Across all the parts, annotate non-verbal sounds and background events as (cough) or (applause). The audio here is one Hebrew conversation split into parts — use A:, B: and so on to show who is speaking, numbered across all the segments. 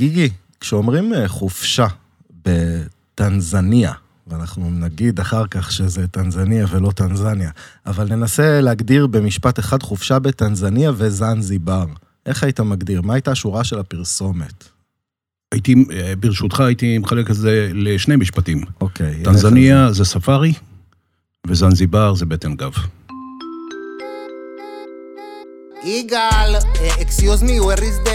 A: גיגי, כשאומרים אה, חופשה בטנזניה, ואנחנו נגיד אחר כך שזה טנזניה ולא טנזניה, אבל ננסה להגדיר במשפט אחד חופשה בטנזניה וזנזיבר. איך היית מגדיר? מה הייתה השורה של הפרסומת?
B: הייתי, אה, ברשותך, הייתי מחלק את זה לשני משפטים.
A: אוקיי. נלך על זה.
B: טנזניה זה ספארי, וזנזיבר זה בטן גב.
C: יגאל, אקסיוז מי, where is the...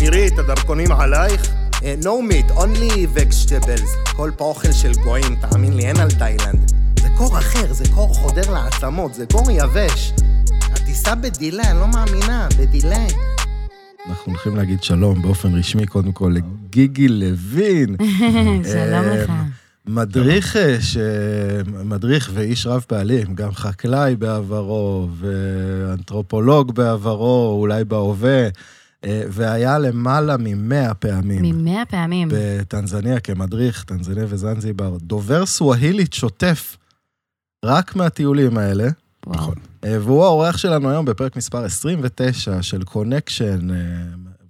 D: נירית, הדרכונים עלייך?
C: אה, no meat, only vegetables. כל פה אוכל של גויים, תאמין לי, אין על תאילנד. זה קור אחר, זה קור חודר לעצמות, זה קור יבש. הטיסה בדילה, אני לא מאמינה, בדילה.
A: אנחנו הולכים להגיד שלום באופן רשמי, קודם כל לגיגי לוין.
E: (laughs) שלום לך.
A: אה, מדריך, אה, ש... מדריך ואיש רב פעלים, גם חקלאי בעברו, ואנתרופולוג בעברו, אולי בהווה, אה, והיה למעלה ממאה פעמים
E: ממאה פעמים.
A: בטנזניה כמדריך, טנזניה וזנזיבר, דובר סווהילית שוטף רק מהטיולים האלה.
E: וואו.
B: נכון.
A: אה, והוא האורח שלנו היום בפרק מספר 29 של קונקשן, אה,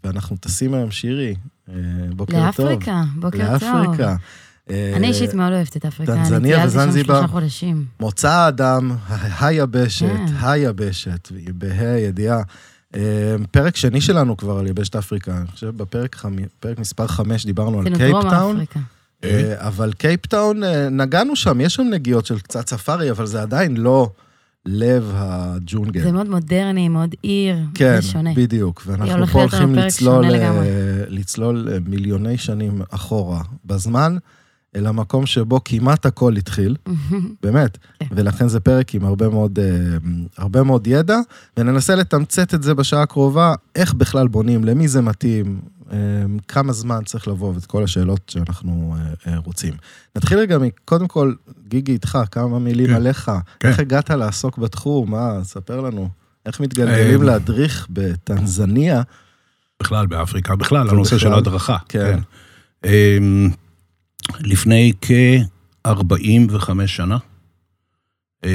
A: ואנחנו טסים היום שירי. אה, בוקר טוב.
E: לאפריקה, בוקר טוב.
A: לאפריקה. אה,
E: אני אישית מאוד אוהבת את אפריקה. אני
A: טנזניה
E: טיילתי שם
A: וזנזיבר.
E: שלושה חודשים.
A: מוצא האדם, ה- היבשת,
E: כן.
A: היבשת, בה"א הידיעה. אה, פרק שני שלנו כבר על יבשת אפריקה. אני חושב בפרק חמ... פרק מספר 5 דיברנו על
E: עשינו דרום
A: קייפטאון,
E: אפריקה.
A: אה, אבל קייפטאון, אה, נגענו שם, יש שם נגיעות של קצת ספארי, אבל זה עדיין לא לב הג'ונגל.
E: זה מאוד מודרני, מאוד עיר.
A: כן,
E: זה שונה. (laughs)
A: בדיוק,
E: היא
A: ואנחנו
E: הולכת
A: פה
E: להיות לנו
A: הולכים
E: פרק
A: לצלול,
E: שונה
A: אה,
E: לגמרי.
A: לצלול אה, מיליוני שנים אחורה בזמן, אל המקום שבו כמעט הכל התחיל, באמת,
E: כן.
A: ולכן זה פרק עם הרבה מאוד, אה, הרבה מאוד ידע, וננסה לתמצת את זה בשעה הקרובה, איך בכלל בונים, למי זה מתאים, אה, כמה זמן צריך לבוא, ואת כל השאלות שאנחנו אה, אה, רוצים. נתחיל רגע, מ- קודם כל, גיגי איתך, כמה מילים
B: כן.
A: עליך,
B: כן.
A: איך הגעת לעסוק בתחום, מה, ספר לנו. איך מתגלגלים
B: אה,
A: להדריך בטנזניה?
B: בכלל באפריקה, בכלל, הנושא של
A: בכלל.
B: הדרכה.
A: כן.
B: כן. אמ, לפני כ-45 שנה, אמ,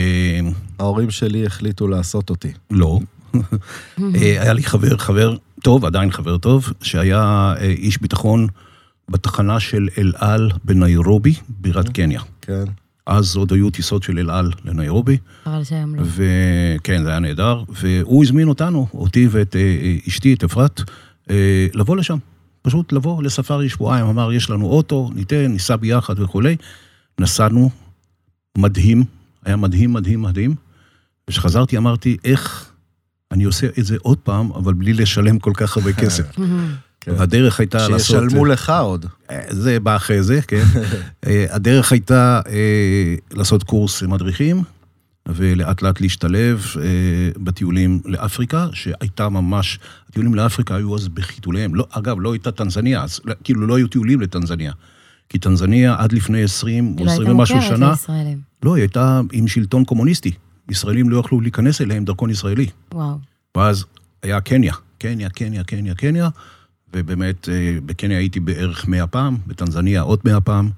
A: ההורים שלי החליטו לעשות אותי.
B: לא, אה, היה לי חבר, חבר טוב, עדיין חבר טוב, שהיה אה, איש ביטחון בתחנה של אל על בניירובי, בירת קניה.
A: כן.
B: אז עוד היו טיסות של אל על לניירובי,
E: חבל שהיום לא.
B: וכן, זה היה נהדר, והוא הזמין אותנו, אותי ואת אה, אה, אשתי, את אפרת, אה, לבוא לשם. פשוט לבוא לספארי שבועיים, אמר, יש לנו אוטו, ניתן, ניסע ביחד וכולי. נסענו, מדהים, היה מדהים, מדהים, מדהים. וכשחזרתי אמרתי, איך אני עושה את זה עוד פעם, אבל בלי לשלם כל
A: (laughs)
B: כך הרבה כסף.
A: כן.
B: והדרך הייתה אה, לעשות...
A: שישלמו לך עוד.
B: (laughs) אה, זה בא אחרי זה, כן. אה, הדרך הייתה אה, לעשות קורס מדריכים, ולאט לאט להשתלב אה, בטיולים לאפריקה, שהייתה ממש, הטיולים לאפריקה היו אז בחיתוליהם. לא, אגב, לא הייתה טנזניה, אז לא- כאילו לא היו טיולים לטנזניה. כי טנזניה עד לפני 20 או
E: כאילו
B: 20
E: הייתה
B: ומשהו
E: מוכרת
B: שנה,
E: לישראלים.
B: לא, היא הייתה עם שלטון קומוניסטי. ישראלים לא יכלו להיכנס אליהם דרכון ישראלי.
E: וואו.
B: ואז היה קניה, קניה, קניה, קניה, קניה, ובאמת, אה, בקניה הייתי בערך 100 פעם, בטנזניה עוד 100 פעם,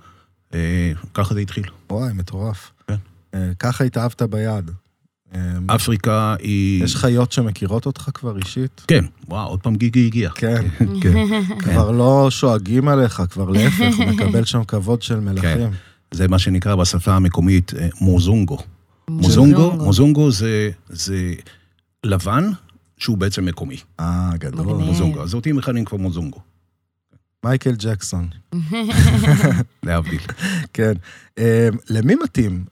B: אה, ככה זה התחיל.
A: וואי, מטורף.
B: כן.
A: אה, ככה התאהבת ביד. אה,
B: אפריקה היא...
A: יש חיות שמכירות אותך כבר אישית?
B: כן, וואו, עוד פעם גיגי הגיע.
A: כן.
E: (laughs)
B: כן.
A: כבר לא שואגים עליך, כבר להפך, מקבל שם כבוד של מלכים.
B: כן. זה מה שנקרא בשפה המקומית אה, מוזונגו.
E: מוזונגו.
B: מוזונגו, מוזונגו זה, זה לבן שהוא בעצם מקומי.
A: אה, גדול.
E: מגניב.
B: מוזונגו. אז אותי מכנים כבר מוזונגו,
A: מייקל ג'קסון.
B: להבדיל.
A: כן. אה, למי מתאים?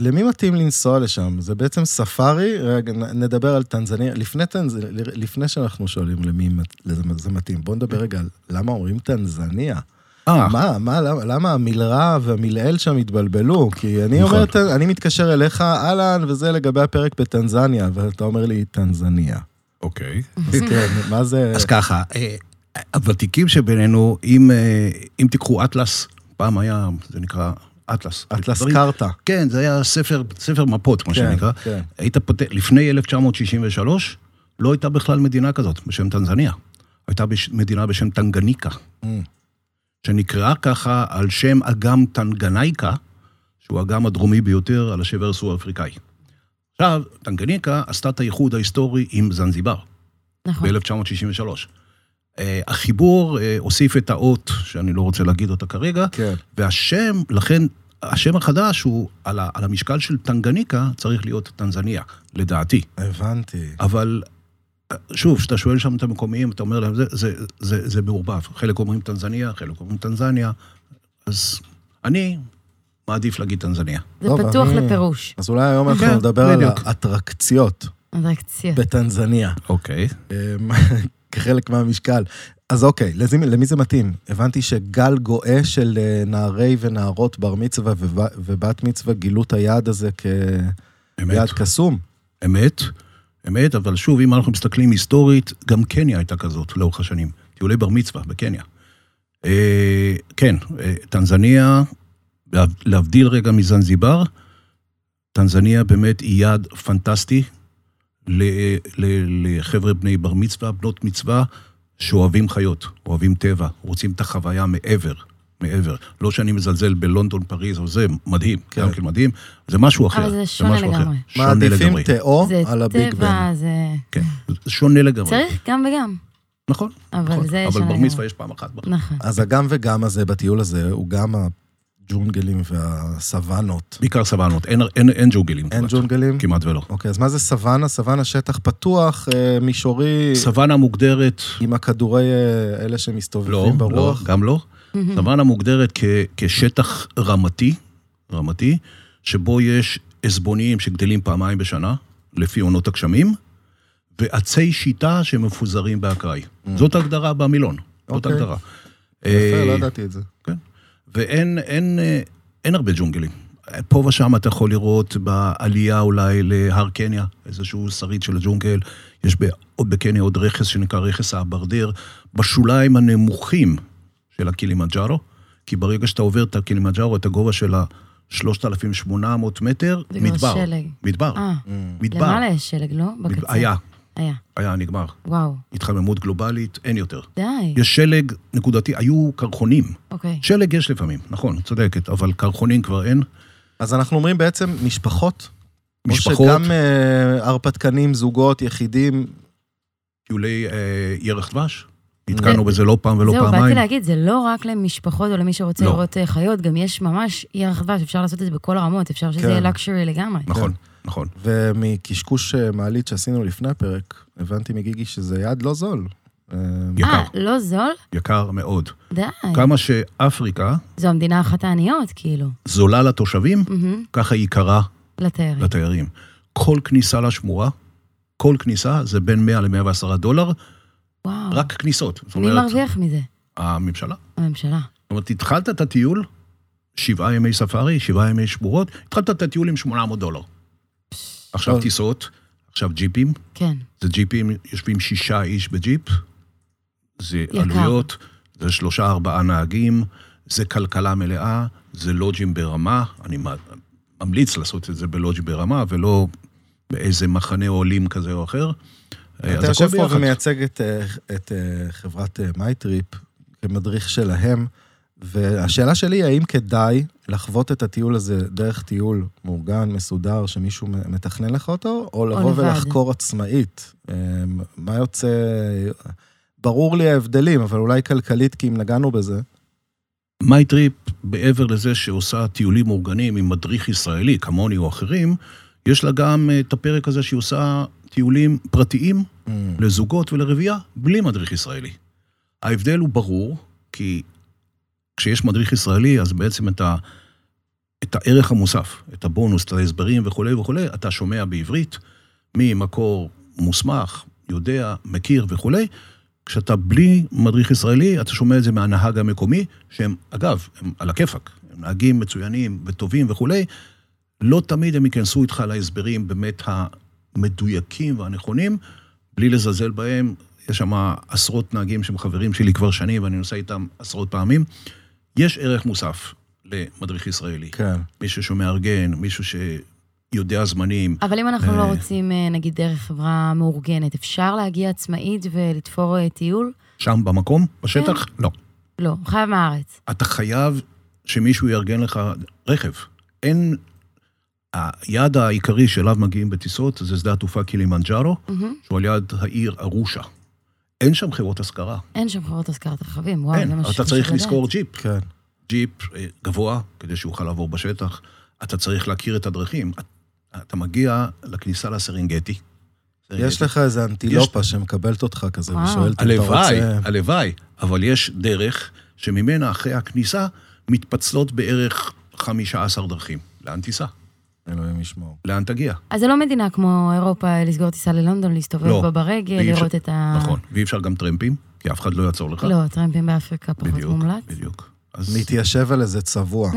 A: למי מתאים לנסוע לשם? זה בעצם ספארי, רגע, נ- נדבר על טנזניה. לפני, טנז... לפני שאנחנו שואלים למי מת- לזה- זה מתאים, בואו נדבר רגע על למה אומרים טנזניה.
B: אה,
A: מה, מה, למה, למה המלרע והמלעיל שם התבלבלו? כי אני
B: נכון.
A: אומר, "טנ- אני מתקשר אליך, אהלן, וזה לגבי הפרק בטנזניה, ואתה אומר לי,
B: (laughs)
A: טנזניה.
B: אוקיי.
A: אז כן, מה זה...
B: אז ככה, אה, הוותיקים שבינינו, אם, אה, אם תיקחו אטלס, פעם היה, זה נקרא אטלס.
A: אטלס
B: דברים-
A: קרתא.
B: כן, זה היה ספר, ספר מפות, מה
A: כן,
B: שנקרא.
A: כן.
B: היית פותח, לפני 1963, לא הייתה בכלל מדינה כזאת בשם טנזניה. הייתה בש, מדינה בשם טנגניקה,
A: Mm.
B: שנקראה ככה על שם אגם טנגנייקה, שהוא האגם הדרומי ביותר על השבר הסורי-אפריקאי. עכשיו, טנגניקה עשתה את האיחוד ההיסטורי עם זנזיבר.
E: נכון.
B: ב-1963. אה, החיבור אה, הוסיף את האות, שאני לא רוצה להגיד אותה כרגע,
A: כן.
B: והשם, לכן, השם החדש הוא, על, ה, על המשקל של טנגניקה, צריך להיות טנזניה, לדעתי.
A: הבנתי.
B: אבל אה, שוב, כשאתה שואל שם את המקומיים, אתה אומר להם, זה, זה, זה, זה מעורבב. חלק אומרים טנזניה, חלק אומרים טנזניה, אז אני מעדיף להגיד טנזניה.
E: זה
A: טוב,
E: פתוח
A: אני-
E: לפירוש.
A: אז אולי היום אנחנו
B: כן,
A: נדבר על
B: בדיוק.
A: האטרקציות
E: אטרקציות.
A: בטנזניה,
B: אוקיי.
A: אמ, (laughs) כחלק מהמשקל. אז אוקיי, לזי, למי זה מתאים? הבנתי שגל גואה של אה, נערי ונערות בר מצווה וב- ובת מצווה גילו את היעד הזה כיעד
B: אמת,
A: קסום.
B: אמת, אמת, אבל שוב, אם אנחנו מסתכלים היסטורית, גם קניה הייתה כזאת לאורך השנים. טיולי בר מצווה בקניה. אה, כן, אה, טנזניה, להב- להבדיל רגע מזנזיבר, טנזניה באמת היא יעד פנטסטי ל- ל- לחבר'ה בני בר מצווה, בנות מצווה, שאוהבים חיות, אוהבים טבע, רוצים את החוויה מעבר, מעבר. לא שאני מזלזל בלונדון, פריז או זה, מדהים,
A: כן.
B: גם כן מדהים, זה משהו אחר.
E: אבל זה שונה
B: משהו אחר.
E: לגמרי.
B: שונה
A: מעדיפים
B: לגמרי.
A: תאו
E: זה
A: על הביג בן.
E: טבע, זה...
B: כן, שונה לגמרי.
E: צריך גם וגם.
B: נכון.
E: אבל
B: נכון.
E: זה
B: אבל
E: שונה
B: בר
E: לגמרי.
B: מצווה יש פעם אחת. בחיים.
E: נכון.
A: אז הגם וגם הזה בטיול הזה הוא גם הג'ונגלים והסוואנות.
B: בעיקר סבלנות, אין- אין- אין ג'וגלים.
A: אין
B: כמעט.
A: ג'ונגלים?
B: כמעט ולא.
A: אוקיי, אז מה זה סוואנה? סוואנה שטח פתוח, אה, מישורי,
B: סוואנה מוגדרת,
A: עם הכדורי אה, אלה
B: לא,
A: שמסתובבים
B: לא,
A: ברוח?
B: גם לא. סוואנה מוגדרת כ- כשטח רמתי, רמתי, שבו יש עזבוניים שגדלים פעמיים בשנה, לפי עונות הגשמים, ועצי שיטה שמפוזרים באקראי. זאת הגדרה במילון, זאת
A: אוקיי.
B: הגדרה.
A: יפה, לא
B: אה,
A: ידעתי את זה.
B: כן. ואין אין, אה, אין הרבה ג'ונגלים. פה ושם אתה יכול לראות בעלייה אולי להר קניה, איזשהו שריד של הג'ונגל. יש ב- עוד בקניה עוד רכס שנקרא רכס האברדיר, בשוליים הנמוכים של הקילימג'ארו, כי ברגע שאתה עובר את הקילימג'ארו, את הגובה של ה-3,800 מטר,
E: זה כבר
B: מדבר.
E: שלג.
B: מדבר.
E: אה,
B: מדבר.
E: למעלה יש שלג, לא? בקצה.
B: היה,
E: היה.
B: היה נגמר.
E: וואו.
B: התחממות גלובלית, אין יותר.
E: די.
B: יש שלג נקודתי, היו קרחונים.
E: אוקיי.
B: שלג יש לפעמים, נכון, צודקת, אבל קרחונים כבר אין.
A: אז אנחנו אומרים בעצם משפחות. משפחות.
B: משפחות,
A: כמו שגם אה, הרפתקנים, זוגות, יחידים,
B: טיולי אה, ירח דבש, נתקענו בזה לא פעם ולא
E: זהו, באתי
B: פעמיים.
E: להגיד, זה לא רק למשפחות או למי שרוצה
B: לא.
E: לראות אה, חיות, גם יש ממש עיר רחבה שאפשר לעשות את זה בכל הרמות, אפשר שזה
A: כן.
E: יהיה לקשורי לגמרי.
B: נכון, נכון.
E: אה.
A: ומקשקוש אה, מעלית שעשינו לפני הפרק, הבנתי מגיגי שזה יעד לא זול. אה,
B: יקר,
E: אה, לא זול?
B: יקר מאוד.
E: די.
B: כמה שאפריקה
E: זו המדינה אחת העניות, כאילו,
B: זולה לתושבים, ככה היא יקרה
E: לתיירים.
B: לתיירים. כל כניסה לשמורה, כל כניסה זה בין 100 ל-110 דולר,
E: וואו.
B: רק כניסות. זאת
E: מי
B: אומרת,
E: אה. מרוויח מזה?
B: הממשלה.
E: הממשלה.
B: זאת אומרת, התחלת את הטיול, שבעה ימי ספארי, שבעה ימי שמורות, התחלת את הטיול עם 800 דולר. עכשיו
A: טוב.
B: טיסות, עכשיו ג'יפים,
E: כן.
B: זה ג'יפים, יושבים שישה איש בג'יפ, זה
E: יקר.
B: עלויות, זה שלושה ארבעה נהגים, זה כלכלה מלאה, זה לוג'ים ברמה, אני מ- ממליץ לעשות את זה בלוג' ברמה, ולא באיזה מחנה עולים כזה או אחר. אה,
A: אתה
B: אז הכל
A: יושב פה
B: ביחד.
A: ומייצג את, אה, את אה, חברת מייטריפ כמדריך שלהם, והשאלה שלי היא האם כדאי לחוות את הטיול הזה דרך טיול מאורגן, מסודר, שמישהו מ- מתכנן לך אותו, או לבוא
E: לבד.
A: ולחקור עצמאית? אה, מה יוצא... ברור לי ההבדלים, אבל אולי כלכלית, כי אם נגענו בזה.
B: מייטריפ, מעבר לזה שעושה טיולים מאורגנים עם מדריך ישראלי, כמוני או אחרים, יש לה גם אה, את הפרק הזה שהיא עושה טיולים פרטיים Mm. לזוגות ולרבייה, בלי מדריך ישראלי. ההבדל הוא ברור, כי כשיש מדריך ישראלי, אז בעצם את, ה, את הערך המוסף, את הבונוס, את ההסברים וכולי וכולי, אתה שומע בעברית, ממקור מוסמך, יודע, מכיר וכולי. כשאתה בלי מדריך ישראלי, אתה שומע את זה מהנהג המקומי, שהם, אגב, הם על הכיפאק, הם נהגים מצוינים וטובים וכולי, לא תמיד הם ייכנסו איתך להסברים באמת המדויקים והנכונים, בלי לזלזל בהם. יש שם עשרות נהגים שהם חברים שלי כבר שנים, ואני נוסע איתם עשרות פעמים. יש ערך מוסף למדריך ישראלי.
A: כן.
B: מישהו שמארגן, מישהו שיודע זמנים.
E: אבל אם אנחנו לא
B: אה.
E: רוצים, אה, נגיד, דרך חברה מאורגנת, אפשר להגיע עצמאית ולתפור אה, טיול?
B: שם במקום, בשטח, לא.
E: לא, חייב מהארץ.
B: אתה חייב שמישהו יארגן לך רכב. אין... היעד העיקרי שאליו מגיעים בטיסות זה שדה התעופה קילימנג'ארו, שהוא על יד העיר ארושה. אין שם חברות השכרה.
E: אין שם חברות השכרת רכבים, וואו, זה
B: אין,
E: מה
B: אתה
E: שחשוב
B: צריך
E: לדעת.
B: לשכור ג'יפ.
A: כן.
B: ג'יפ אה, גבוה, כדי שיוכל לעבור בשטח. אתה צריך להכיר את הדרכים. את- אתה מגיע לכניסה לסרנגטי.
A: יש לך איזה אנטילופה שמקבלת אותך כזה,
E: וואו.
A: ושואלת אם אתה
B: הלוואי,
A: רוצה...
B: הלוואי, אבל יש דרך שממנה אחרי הכניסה מתפצלות בערך 15 דרכים. לאן תיסע?
A: אלוהים ישמור.
B: לאן תגיע?
E: אז זה לא מדינה כמו אירופה, לסגור טיסה ללונדון, להסתובב
B: לא,
E: בה ברגל,
B: ואי אפשר-
E: לראות את ה...
B: נכון, ואי אפשר גם טרמפים, כי אף אחד לא יעצור לך.
E: אה. לא, טרמפים באפריקה פחות
B: בדיוק,
E: מומלץ.
B: בדיוק. אז
A: מתיישב על איזה
B: (laughs)
A: צבוע.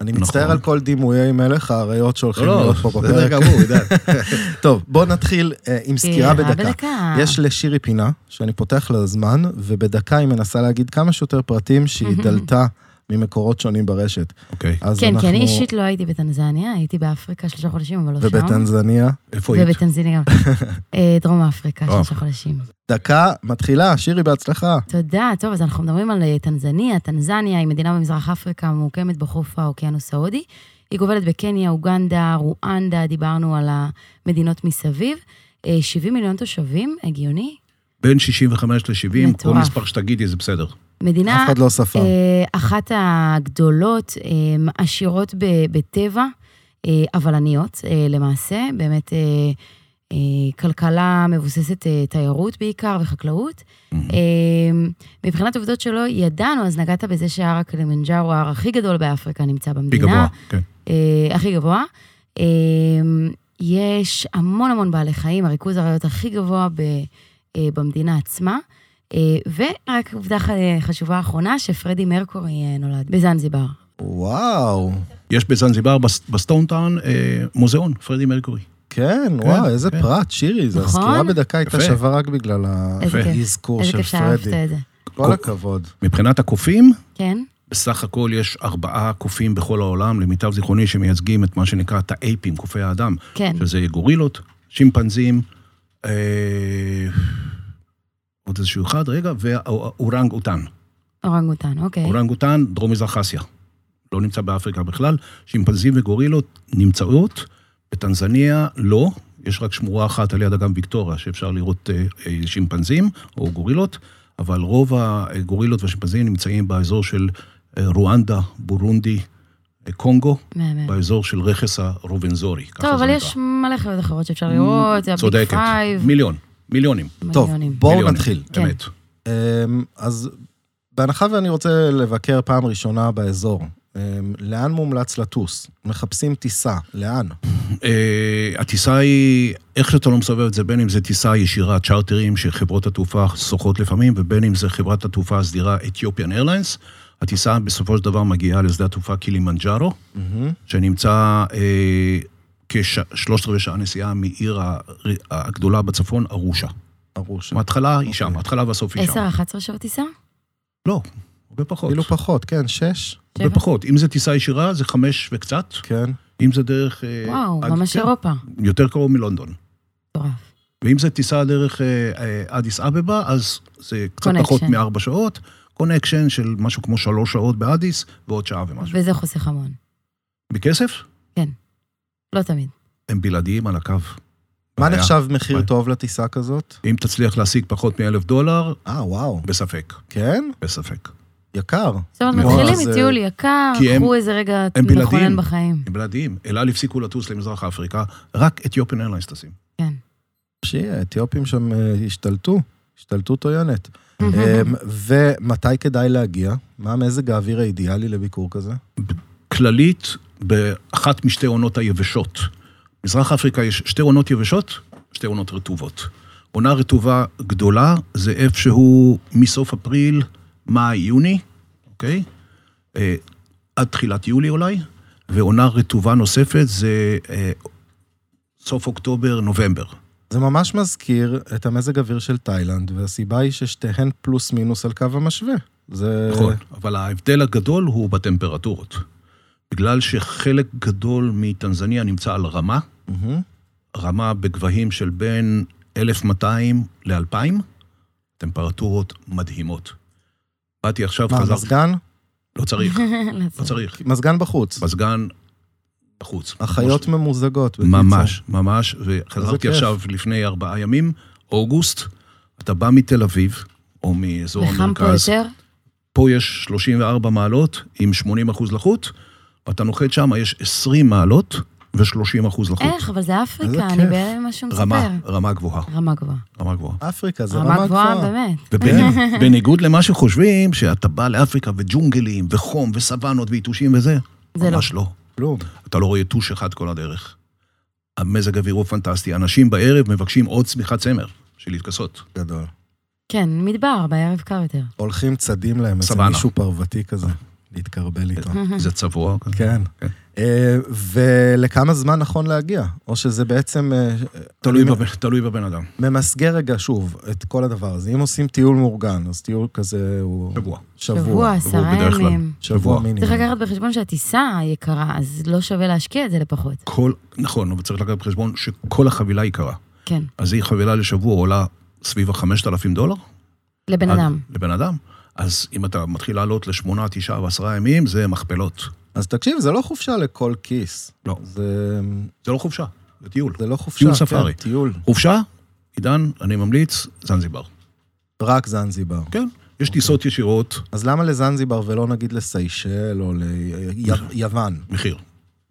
A: אני מצטער
B: נכון.
A: על כל דימויי מלך האריות שהולכים
B: לא,
A: להיות פה
B: בסדר
A: בפרק.
B: גמור, עידן.
A: (laughs) טוב, בוא נתחיל אה,
E: כן,
A: עם סקירה בדקה. יש לשירי פינה, שאני פותח לה זמן, ובדקה היא מנסה להגיד כמה שיותר פרטים שהיא דלתה ממקורות שונים ברשת.
B: אוקיי,
A: אז
E: כן,
A: אנחנו...
E: כי אני אישית לא הייתי בטנזניה, הייתי באפריקה שלושה חודשים, אבל לא שם.
A: ובטנזניה.
B: איפה היית?
E: ובטנזניה גם.
A: (laughs)
E: אה, דרום אפריקה,
B: אה.
E: שלושה חודשים.
A: דקה מתחילה, שירי בהצלחה.
E: תודה, טוב, אז אנחנו מדברים על אה, טנזניה. טנזניה היא מדינה במזרח אפריקה, ממוקמת בחוף האוקיינוס ההודי. היא גובלת בקניה, אוגנדה, רואנדה, דיברנו על המדינות מסביב. אה, 70 מיליון תושבים, הגיוני.
B: בין 65 ל-70, כל
E: מטורף.
B: מספר שתגידי זה בסדר.
E: מדינה...
A: אף אחד לא ספר.
E: אה, אחת הגדולות, אה, עשירות ב- בטבע, אה, אבל עניות אה, למעשה, באמת אה, אה, כלכלה מבוססת אה, תיירות בעיקר וחקלאות. אה, מבחינת עובדות שלא ידענו, אז נגעת בזה שההר הקלימנג'ארו, ההר הכי גדול באפריקה, נמצא במדינה.
B: הכי גבוה, כן.
E: אה, הכי גבוה. אה, יש המון המון בעלי חיים, הריכוז הראיות הכי גבוה ב, אה, במדינה עצמה. אה, ורק עובדה ח- אה, חשובה אחרונה, שפרדי מרקורי אה, נולד בזנזיבר.
A: וואו,
B: יש בזנזיבר, בס- בסטונטאון, אה, מוזיאון, פרדי מרקורי.
A: כן, וואו, איזה
B: כן.
A: פרט, שירי, זה
E: נכון?
A: הסקירה בדקה הייתה
B: יפה.
A: שווה רק בגלל
E: איזה כיף.
A: האזכור
E: איזה
A: של
E: כיף שאהבת
A: פרדי.
E: את זה.
A: כל הכבוד.
B: מבחינת הקופים,
E: כן?
B: בסך הכל יש ארבעה קופים בכל העולם, למיטב זיכרוני, שמייצגים את מה שנקרא את האייפים, קופי האדם.
E: כן.
B: שזה גורילות, שימפנזים, אה, עוד איזשהו אחד, רגע, ואורנג אוטן.
E: אורנגוטן, אוקיי.
B: אורנג אוטן, דרום-מזרח אסיה. לא נמצא באפריקה בכלל. שימפנזים וגורילות נמצאות, בטנזניה לא. יש רק שמורה אחת על יד אגם ויקטוריה, שאפשר לראות אה, אה, שימפנזים או גורילות, אבל רוב הגורילות והשימפנזים נמצאים באזור של אה, רואנדה, בורונדי, אה, קונגו,
E: מהמם.
B: באזור של רכס הרובנזורי. ככה
E: כן. טוב,
B: זה
E: אבל
B: נקרא.
E: יש מלא חיות אחרות שאפשר לראות, זה הביג
B: צודקת.
E: פייב,
B: מיליון, מיליונים.
A: טוב,
E: מיליונים.
A: בואו
B: מיליונים,
A: נתחיל.
E: כן.
B: אמת.
A: אמ, אז בהנחה ואני רוצה לבקר פעם ראשונה באזור, אמ, לאן מומלץ לטוס? מחפשים טיסה, לאן?
B: אה, הטיסה היא, איך שאתה לא מסובב את זה, בין אם זה טיסה ישירה, צ'רטרים שחברות התעופה שוחות לפעמים, ובין אם זה חברת התעופה הסדירה אתיופיאן איירליינס, הטיסה בסופו של דבר מגיעה לשדה התעופה קילימנג'ארו, שנמצא אה, כשלושת רבעי שעה נסיעה מעיר ה- הגדולה בצפון, ארושה.
A: ברור ש...
B: ההתחלה היא שם, ההתחלה והסוף היא שם.
E: 10-11 שעות טיסה?
B: לא, הרבה פחות.
A: אפילו פחות, כן, שש?
E: שבע?
B: הרבה פחות. אם זה טיסה ישירה, זה חמש וקצת.
A: כן.
B: אם זה דרך... אה,
E: וואו,
B: עד-
E: ממש
B: כן,
E: אירופה.
B: יותר קרוב מלונדון.
E: מטורף.
B: ואם זה טיסה דרך אה, אה, אדיס אבבה, אז זה קצת
E: Connection.
B: פחות מארבע שעות. קונקשן של משהו כמו שלוש שעות באדיס, ועוד שעה ומשהו.
E: וזה חוסך המון.
B: בכסף,
E: לא תמיד.
B: הם בלעדיים על הקו.
A: מה
B: בעיה.
A: נחשב מחיר
B: בעיה.
A: טוב לטיסה כזאת?
B: אם תצליח להשיג פחות מאלף דולר,
A: אה, וואו.
B: בספק,
A: כן?
B: בספק.
A: יקר.
E: זאת אומרת,
B: מאוד.
E: מתחילים
A: זה-
E: מטיול יקר,
B: אה, כי הם-
E: קחו איזה רגע
B: הם
E: מכונן
B: בלעדיים.
E: בחיים.
B: הם בלעדיים. אל על הפסיקו לטוס למזרח אפריקה, רק אתיופן איירליינס טסים.
E: כן.
A: שיהיה, האתיופים שם אה, השתלטו, השתלטות עוינת.
B: אה,
E: (laughs)
A: אמ, ומתי כדאי להגיע? מה מזג האוויר האידיאלי לביקור כזה?
B: כללית באחת משתי עונות היבשות. מזרח אפריקה יש שתי עונות יבשות, שתי עונות רטובות. עונה רטובה גדולה זה איפשהו מסוף אפריל, מאי, יוני, אוקיי? אה, עד תחילת יולי אולי, ועונה רטובה נוספת זה אה, סוף אוקטובר, נובמבר.
A: זה ממש מזכיר את המזג אוויר של תאילנד, והסיבה היא ששתיהן פלוס מינוס על קו המשווה. זה...
B: נכון, אבל ההבדל הגדול הוא בטמפרטורות. בגלל שחלק גדול מטנזניה נמצא על רמה, Mm-hmm.
A: מהמם.
B: רמה בגבהים של בין 1200 ל-2000, טמפרטורות מדהימות. באתי עכשיו,
A: מה,
B: חזרתי,
A: מזגן?
B: לא צריך,
E: לא
B: לא
A: (laughs)
E: צריך.
B: צריך.
A: מזגן בחוץ.
B: מזגן בחוץ.
A: החיות
B: ממש-
A: ממוזגות. בקיצור.
B: ממש, ממש,
A: איזה כיף.
B: וחזרתי עכשיו לפני ארבעה ימים, אוגוסט, אתה בא מתל אביב, או מאזור
E: וחם פה
B: המרכז,
E: יותר?
B: פה יש 34 מעלות עם 80 אחוז לחות, ואתה נוחת שם, יש 20 מעלות ו-30 אחוז לחות.
E: איך, אבל זה אפריקה,
A: איזה
E: אני
A: כיף.
E: בהלם ממה שהוא אה, מספר.
B: רמה, רמה גבוהה,
E: רמה גבוהה.
B: רמה גבוהה.
A: אפריקה זה
E: רמה גבוהה, באמת. (laughs)
B: ובניגוד למה שחושבים, שאתה בא לאפריקה וג'ונגלים וחום וסוואנות ויתושים וזה,
E: זה לא.
B: ממש לא.
A: כלום.
B: אתה לא רואה יתוש אחד כל הדרך. המזג אוויר הוא פנטסטי, אנשים בערב מבקשים עוד צמיחת צמר של
E: (laughs)
B: להתכסות.
A: גדול.
E: כן, מדבר, בערב קר יותר.
A: הולכים צדים להם איזה
B: סוואנה.
A: מישהו פרוותי כזה, להתקרבל איתו.
B: זה צבוע. כזה.
A: (laughs) כן.
B: כן.
A: אה, ולכמה זמן נכון להגיע? או שזה בעצם... אה,
B: תלוי
E: לא-
A: אני
B: בבן- תלוי בבן אדם.
A: ממסגר רגע שוב את כל הדבר הזה. אם עושים טיול מאורגן, אז טיול כזה הוא...
B: שבוע.
A: שבוע.
E: שבוע, עשרה
B: בדרך כלל. לא-
E: ימים.
A: שבוע
B: שבוע.
A: מינימום.
E: צריך לקחת בחשבון שהטיסה יקרה, אז לא שווה להשקיע את זה לפחות.
B: כל, נכון, אבל צריך לקחת בחשבון שכל החבילה יקרה.
E: כן,
B: אז היא חבילה לשבוע עולה סביב ה-5,000 דולר.
E: לבן
B: עד-
E: אדם.
B: לבן אדם. אז אם אתה מתחיל לעלות לשמונה, תשעה ועשרה ימים, זה מכפלות.
A: אז תקשיב, זה לא חופשה לכל כיס.
B: לא.
A: זה,
B: זה לא חופשה, זה טיול.
A: זה לא חופשה.
B: טיול
A: כן,
B: ספארי.
A: טיול.
B: חופשה, עידן, אני ממליץ, זנזיבר.
A: רק זנזיבר.
B: כן, יש טיסות ישירות,
A: אז למה לזנזיבר ולא נגיד לסיישל או
E: נכון.
A: ליוון?
B: מחיר.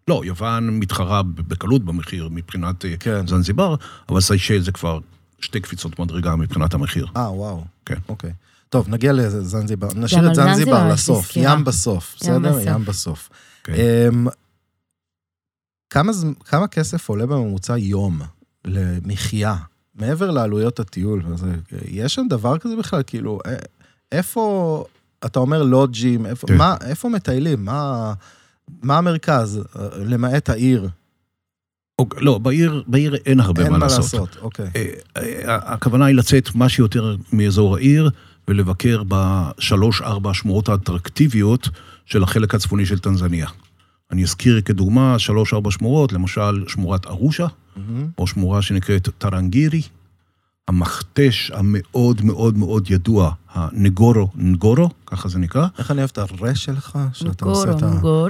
B: לא, יוון מתחרה בקלות במחיר מבחינת אה,
A: כן.
B: זנזיבר, אבל סיישל זה כבר שתי קפיצות מדרגה מבחינת המחיר.
A: אה, וואו.
B: כן.
A: אוקיי. טוב, נגיע לזנזיבר. נשאיר את
E: על זנזיבר
A: זנזיבר
E: יש לי
A: לסוף.
E: סקירה.
A: ים בסוף,
E: ים
A: בסדר?
E: בסוף.
A: ים בסוף.
B: כן.
A: אמ, כמה ז- כמה כסף עולה בממוצע יום למחיה, מעבר לעלויות הטיול? אז, אה, יש שם דבר כזה בכלל? כאילו, אה, איפה, אתה אומר לודג'ים, איפה-
B: כן.
A: מה- איפה מטיילים? מה מה המרכז, אה, למעט העיר?
B: אוקיי, לא, בעיר, בעיר אין הרבה
A: אין
B: מה לעשות.
A: אוקיי.
B: אה, אה, הכוונה היא לצאת מה שיותר מאזור העיר ולבקר בשלוש-ארבע השמורות האטרקטיביות של החלק הצפוני של טנזניה. אני אזכיר כדוגמה שלוש-ארבע שמורות, למשל שמורת ארושה,
A: מהמם.
B: או שמורה שנקראת טרנגירי, המכתש המאוד מאוד מאוד ידוע, הנגורו נגורו, ככה זה נקרא,
A: איך אני אוהב את הרה שלך, שאתה עושה את
E: גורו, גורו.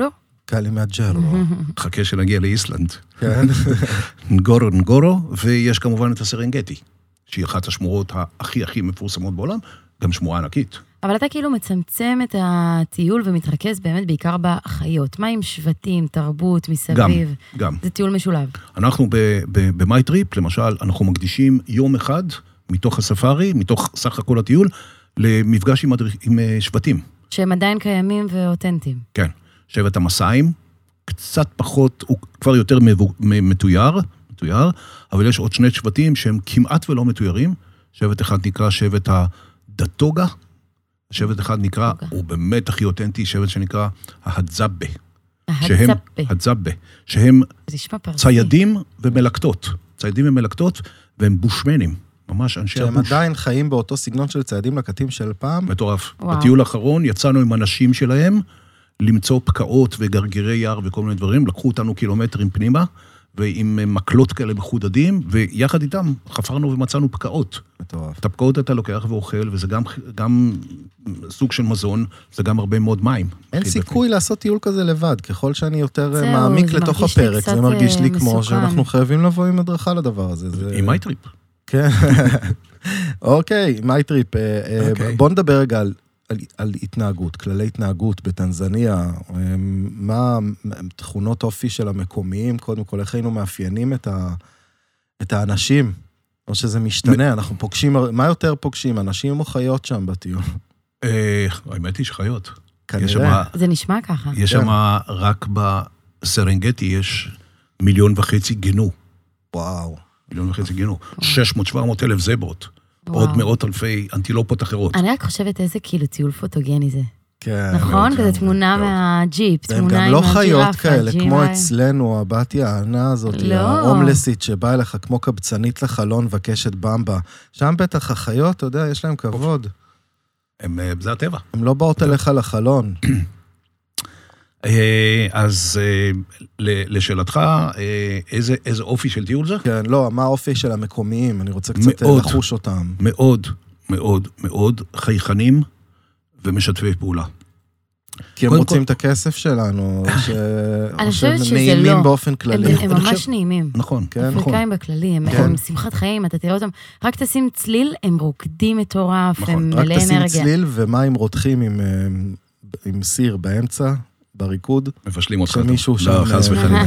A: הקלימג'רו.
E: (laughs)
B: חכה שנגיע לאיסלנד,
A: כן.
B: נגורו נגורו, ויש כמובן את הסרנגטי, שהיא אחת השמורות הכי הכי מפורסמות בעולם, גם שמורה ענקית.
E: אבל אתה כאילו מצמצם את הטיול ומתרכז באמת בעיקר בחיות. מה עם שבטים, תרבות,
B: גם,
E: מסביב?
B: גם.
E: זה טיול משולב.
B: אנחנו במייטריפ, למשל, אנחנו מקדישים יום אחד מתוך הספארי, מתוך סך הכל הטיול, למפגש עם, מדריך, עם אה, שבטים.
E: שהם עדיין קיימים ואותנטיים.
B: כן. שבט המסעים, קצת פחות, הוא כבר יותר מבו- מ- מתויר, מתויר, אבל יש עוד שני שבטים שהם כמעט ולא מתוירים. שבט אחד נקרא שבט הדטוגה, שבט אחד נקרא,
E: דטוגה.
B: הוא באמת הכי אותנטי, שבט שנקרא ההדזבה. שהם-
E: הצפה.
B: הדזבה, שהם
E: אה, זה נשמע פרסי.
B: ציידים ומלקטות. ציידים ומלקטות, והם בושמנים, ממש אנשי
A: שהם
B: הבוש.
A: עדיין חיים באותו סגנון של צעדים לקטים של פעם.
B: מטורף.
E: וואו.
B: בטיול האחרון יצאנו עם אנשים שלהם למצוא פקעות וגרגירי יער וכל מיני דברים, לקחו אותנו קילומטרים פנימה, ועם אה, מקלות כאלה מחודדים, ויחד איתם חפרנו ומצאנו פקעות.
A: מטורף.
B: את הפקעות אתה לוקח ואוכל, וזה גם, גם סוג של מזון, זה גם הרבה מאוד מים.
A: אין
B: מכיל
A: סיכוי לעשות טיול כזה לבד, ככל שאני יותר אה,
E: זהו,
A: מעמיק
E: זה
A: לתוך
E: מרגיש לי
A: הפרק,
E: קצת,
A: זה מרגיש לי
E: אה,
A: כמו
E: מסוכן.
A: שאנחנו חייבים לבוא עם הדרכה לדבר הזה. זה-
B: בפנים. עם מייטריפ.
A: כן. (laughs) אוקיי, מייטריפ. אה, אה,
B: אוקיי.
A: בוא נדבר רגע על... על, על התנהגות, כללי התנהגות בטנזניה, אה, מה תכונות אופי של המקומיים, קודם כל, איך היינו מאפיינים את, ה, את האנשים, או שזה משתנה, אנחנו פוגשים, מה יותר פוגשים, אנשים או חיות שם בטיול?
B: אה, האמת היא שחיות. יש
A: כנראה.
B: שם
E: זה נשמע ככה.
B: יש
A: כן.
B: שם רק בסרנגטי יש מיליון וחצי גנו,
A: וואו.
B: מיליון וחצי גנו, 600-700 אלף זברות, עוד
E: וואו.
B: מאות אלפי אנטילופות אחרות.
E: אני רק חושבת איזה כאילו טיול פוטוגני זה.
A: כן.
E: נכון?
B: מאוד,
E: כזה
B: מאוד,
E: תמונה
B: מאוד.
E: מהג'יפ,
A: והן
E: תמונה
A: גם
E: עם
A: לא
E: הג'ירפה,
A: חיות כאלה, כמו
E: הג'יריים.
A: אצלנו, הבת יענה הזאת,
E: לא.
A: ההומלסית שבאה אליך כמו קבצנית לחלון מבקשת במבה. שם בטח החיות, אתה יודע, יש להן כבוד.
B: הם, אה, זה הטבע.
A: הן לא באות אליך לחלון.
B: אה, אז אה, ל- לשאלתך, אה, איזה איזה אופי של טיול זה?
A: כן, לא, מה האופי של המקומיים? אני רוצה קצת אה,
B: מאוד.
A: לחוש אותם.
B: מאוד, מאוד, מאוד חייכנים ומשתפי פעולה.
A: כי הם
B: קודם
A: רוצים
B: כל-
A: את הכסף שלנו, או ש- או
E: אה, אני חושבת
A: שהם
E: שזה
A: נעימים
E: לא.
A: באופן
E: הם
A: כללי.
E: הם
B: אני
E: ממש
B: חושב-
E: נעימים.
B: נכון,
A: כן,
B: נכון.
E: אפריקאים בכללי, הם-
A: כן.
E: הם שמחת חיים, אתה תראה אותם, רק תשים צליל, הם רוקדים מטורף,
B: נכון,
E: הם
A: רק
E: מלאי
A: תשים
E: אנרגיה.
A: צליל ומים רותחים עם, אה, עם סיר באמצע, בריקוד.
B: מבשלים אותך.
A: שמישהו
B: לא,
A: שם-
B: חס וחלילה.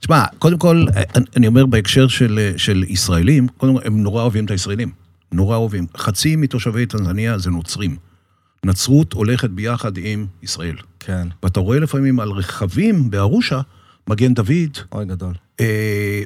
B: תשמע, קודם כל, אה, אני- אני אומר בהקשר של, אה, של ישראלים, קודם כל, הם נורא אוהבים את הישראלים. נורא אוהבים. חצי מתושבי טנזניה זה נוצרים. נצרות הולכת ביחד עם ישראל.
A: כן,
B: ואתה רואה לפעמים על רכבים בארושה, מגן דוד,
A: אוי גדול.
B: אה,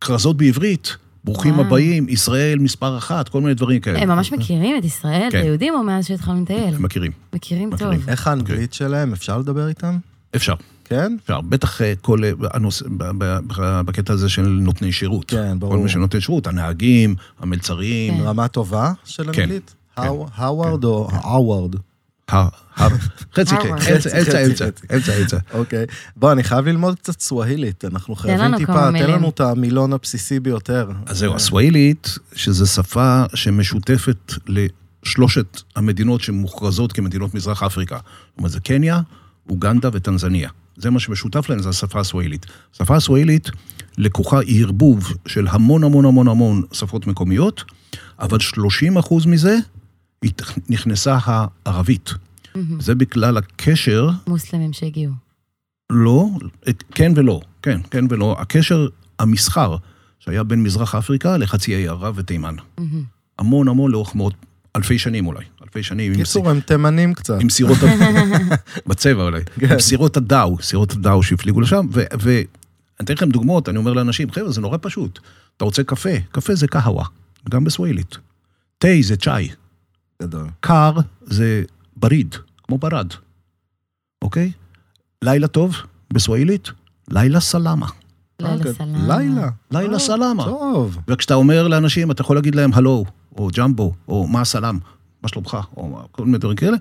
B: כרזות בעברית, ברוכים
E: וואו.
B: הבאים, ישראל מספר אחת, כל מיני דברים כאלה.
E: אה. הם ממש מכירים את ישראל, את
B: כן.
E: היהודים, או מאז שהתחלנו לטייל?
B: הם מכירים,
E: מכירים טוב.
B: מכירים.
A: איך האנגלית
B: אוקיי.
A: שלהם? אפשר לדבר איתם?
B: אפשר.
A: כן?
B: אפשר, בטח אה, כל אה, הנושא, ב- ב- ב- בקטע הזה של נותני שירות.
A: כן, ברור.
B: כל מי שנותן שירות, הנהגים, המלצרים,
E: כן.
A: רמה טובה של
B: כן,
A: אנגלית? האווארד או האווארד?
B: ה- ה- חצי, כן,
E: הרווארד.
B: אמצע, אמצע,
A: חצי,
B: אמצע,
A: חצי.
B: אמצע, אמצע.
A: אוקיי. בוא, אני חייב ללמוד קצת סווהילית, אנחנו חייבים
E: לנו כמה
A: טיפה, תן
E: מילים.
A: לנו את המילון הבסיסי ביותר. אה,
B: אז זהו, הסוואילית, שזו שפה שמשותפת לשלושת המדינות שמוכרזות כמדינות מזרח אפריקה. זאת אומרת, זה קניה, אוגנדה וטנזניה. זה מה שמשותף להן, זה השפה הסוואילית. השפה הסוואילית לקוחה היא ערבוב של המון המון המון המון שפות מקומיות, אבל 30 אחוז מזה הת- נכנסה הערבית. זה בגלל הקשר
E: מוסלמים שהגיעו.
B: לא, את- כן ולא, כן, כן ולא. הקשר, המסחר שהיה בין מזרח אפריקה לחצי האי ערב ותימן. המון המון לאורך מאות, אלפי שנים אולי. אלפי שנים עם, סיר,
A: קיצור, הם תימנים קצת.
B: עם סירות, ה- בצבע אולי, עם סירות הדאו, סירות הדאו שהפליגו לשם. ו- ואני אתן לכם דוגמאות, אני אומר לאנשים, חבר'ה, זה נורא פשוט. אתה רוצה קפה, קפה זה קהווה, גם בסווילית. תה זה צ'אי.
A: גדול.
B: קר זה בריד, כמו ברד, אוקיי? לילה טוב, בסוואילית, לילה סלמה.
E: לילה
A: אוקיי.
E: סלאמה.
A: לילה.
B: לילה סלמה.
A: טוב.
B: וכשאתה אומר לאנשים, אתה יכול להגיד להם הלו, או ג'מבו, או מה הסלאם, מה שלומך, או כל מיני דברים כאלה.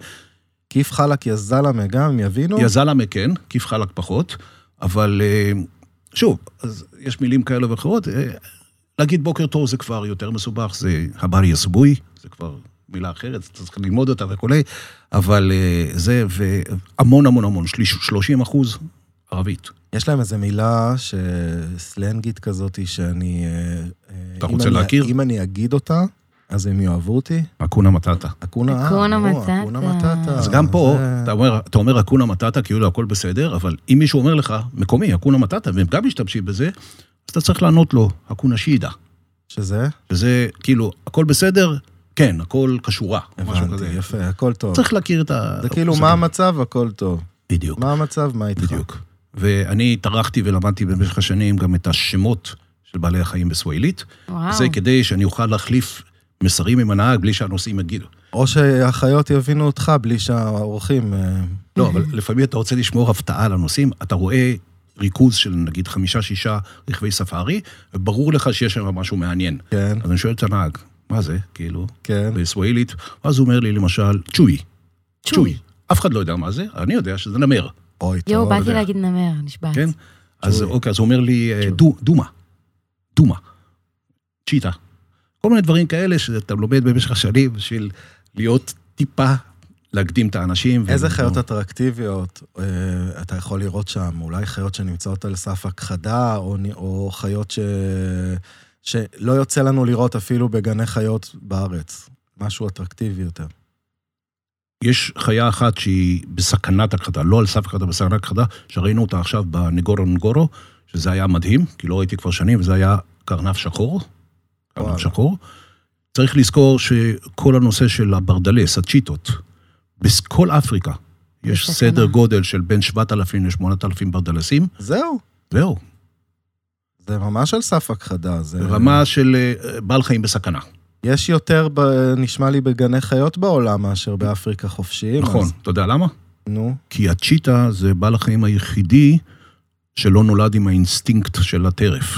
A: כיף חלק יא זלמה גם, יבינו?
B: יא זלמה כן, כיף חלק פחות, אבל אה, שוב, אז יש מילים כאלה ואחרות. אה, להגיד בוקר טוב זה כבר יותר מסובך, זה הבר יסבוי, זה כבר מילה אחרת, אתה צריך ללמוד אותה וכולי, אבל אה, זה, והמון המון המון, שליש- 30 אחוז ערבית.
A: יש להם איזו מילה ש- סלנגית כזאת, שאני... אה, אה,
B: אתה
A: אם
B: רוצה
A: אני-
B: להכיר?
A: אם אני אגיד אותה, אז הם יאהבו אותי.
B: אקונה מטאטה.
A: אקונה אה,
E: אקונה
A: ברור,
E: מטאטה.
A: אקונה מטאטה.
B: אז גם פה,
A: זה-
B: אתה אומר- אתה אומר אקונה מטאטה, כאילו הכל בסדר, אבל אם מישהו אומר לך, מקומי, אקונה מטאטה, והם גם משתמשים בזה, אז אתה צריך לענות לו, אקונה שידה.
A: שזה?
B: שזה כאילו, הכל בסדר, כן, הכל כשורה, או משהו
A: הבנתי,
B: כזה.
A: יפה, הכל טוב.
B: צריך להכיר את ה...
A: זה כאילו,
B: המושג.
A: מה המצב, הכל טוב.
B: בדיוק,
A: מה המצב, מה איתך?
B: בדיוק. ואני טרחתי ולמדתי במשך השנים גם את השמות של בעלי החיים בסוואילית.
E: וואו.
B: זה כדי שאני אוכל להחליף מסרים עם הנהג בלי שהנוסעים יגידו.
A: או שהחיות יבינו אותך בלי שהאורחים... אה,
B: לא, אבל לפעמים אתה רוצה לשמור הפתעה לנוסעים, אתה רואה ריכוז של נגיד חמישה-שישה רכבי ספארי, וברור לך שיש שם משהו מעניין.
A: כן,
B: אז אני שואל את הנהג, מה זה, כאילו,
A: כן.
B: בסוואילית? אז הוא אומר לי, למשל, צ'וי. צ'וי. אף אחד לא יודע מה זה, אני יודע שזה נמר,
A: אוי, טוב.
E: יואו, באתי
B: יודע.
E: להגיד נמר, נשבעת. אה,
B: כן? אז אוקיי, אז הוא אומר לי, אה, דו- דומה. דומה. צ'יטה. כל מיני דברים כאלה שאתה לומד במשך השנים בשביל להיות טיפה, להקדים את האנשים. ו-
A: איזה חיות אטרקטיביות אה, אתה יכול לראות שם? אולי חיות שנמצאות על סף הכחדה, או, נ- או חיות ש... שלא יוצא לנו לראות אפילו בגני חיות בארץ. משהו אטרקטיבי יותר.
B: יש חיה אחת שהיא בסכנת הכחדה, לא על סף הכחדה, בסכנת הכחדה, שראינו אותה עכשיו בנגורו נגורו, שזה היה מדהים, כי לא ראיתי כבר שנים, וזה היה קרנף שחור.
A: וואלה.
B: קרנף שחור. צריך לזכור שכל הנושא של הברדלס, הצ'יטות, בכל אפריקה יש
E: בסכנה.
B: סדר גודל של בין 7,000 ל-8,000 ברדלסים,
A: זהו,
B: זהו,
A: זה ממש על סף הכחדה. זה...
B: ברמה של אה, בעל חיים בסכנה.
A: יש יותר, ב... נשמע לי, בגני חיות בעולם מאשר באפריקה חופשיים.
B: נכון,
A: אז...
B: אתה יודע למה?
A: נו,
B: כי הצ'יטה זה בעל החיים היחידי שלא נולד עם האינסטינקט של הטרף.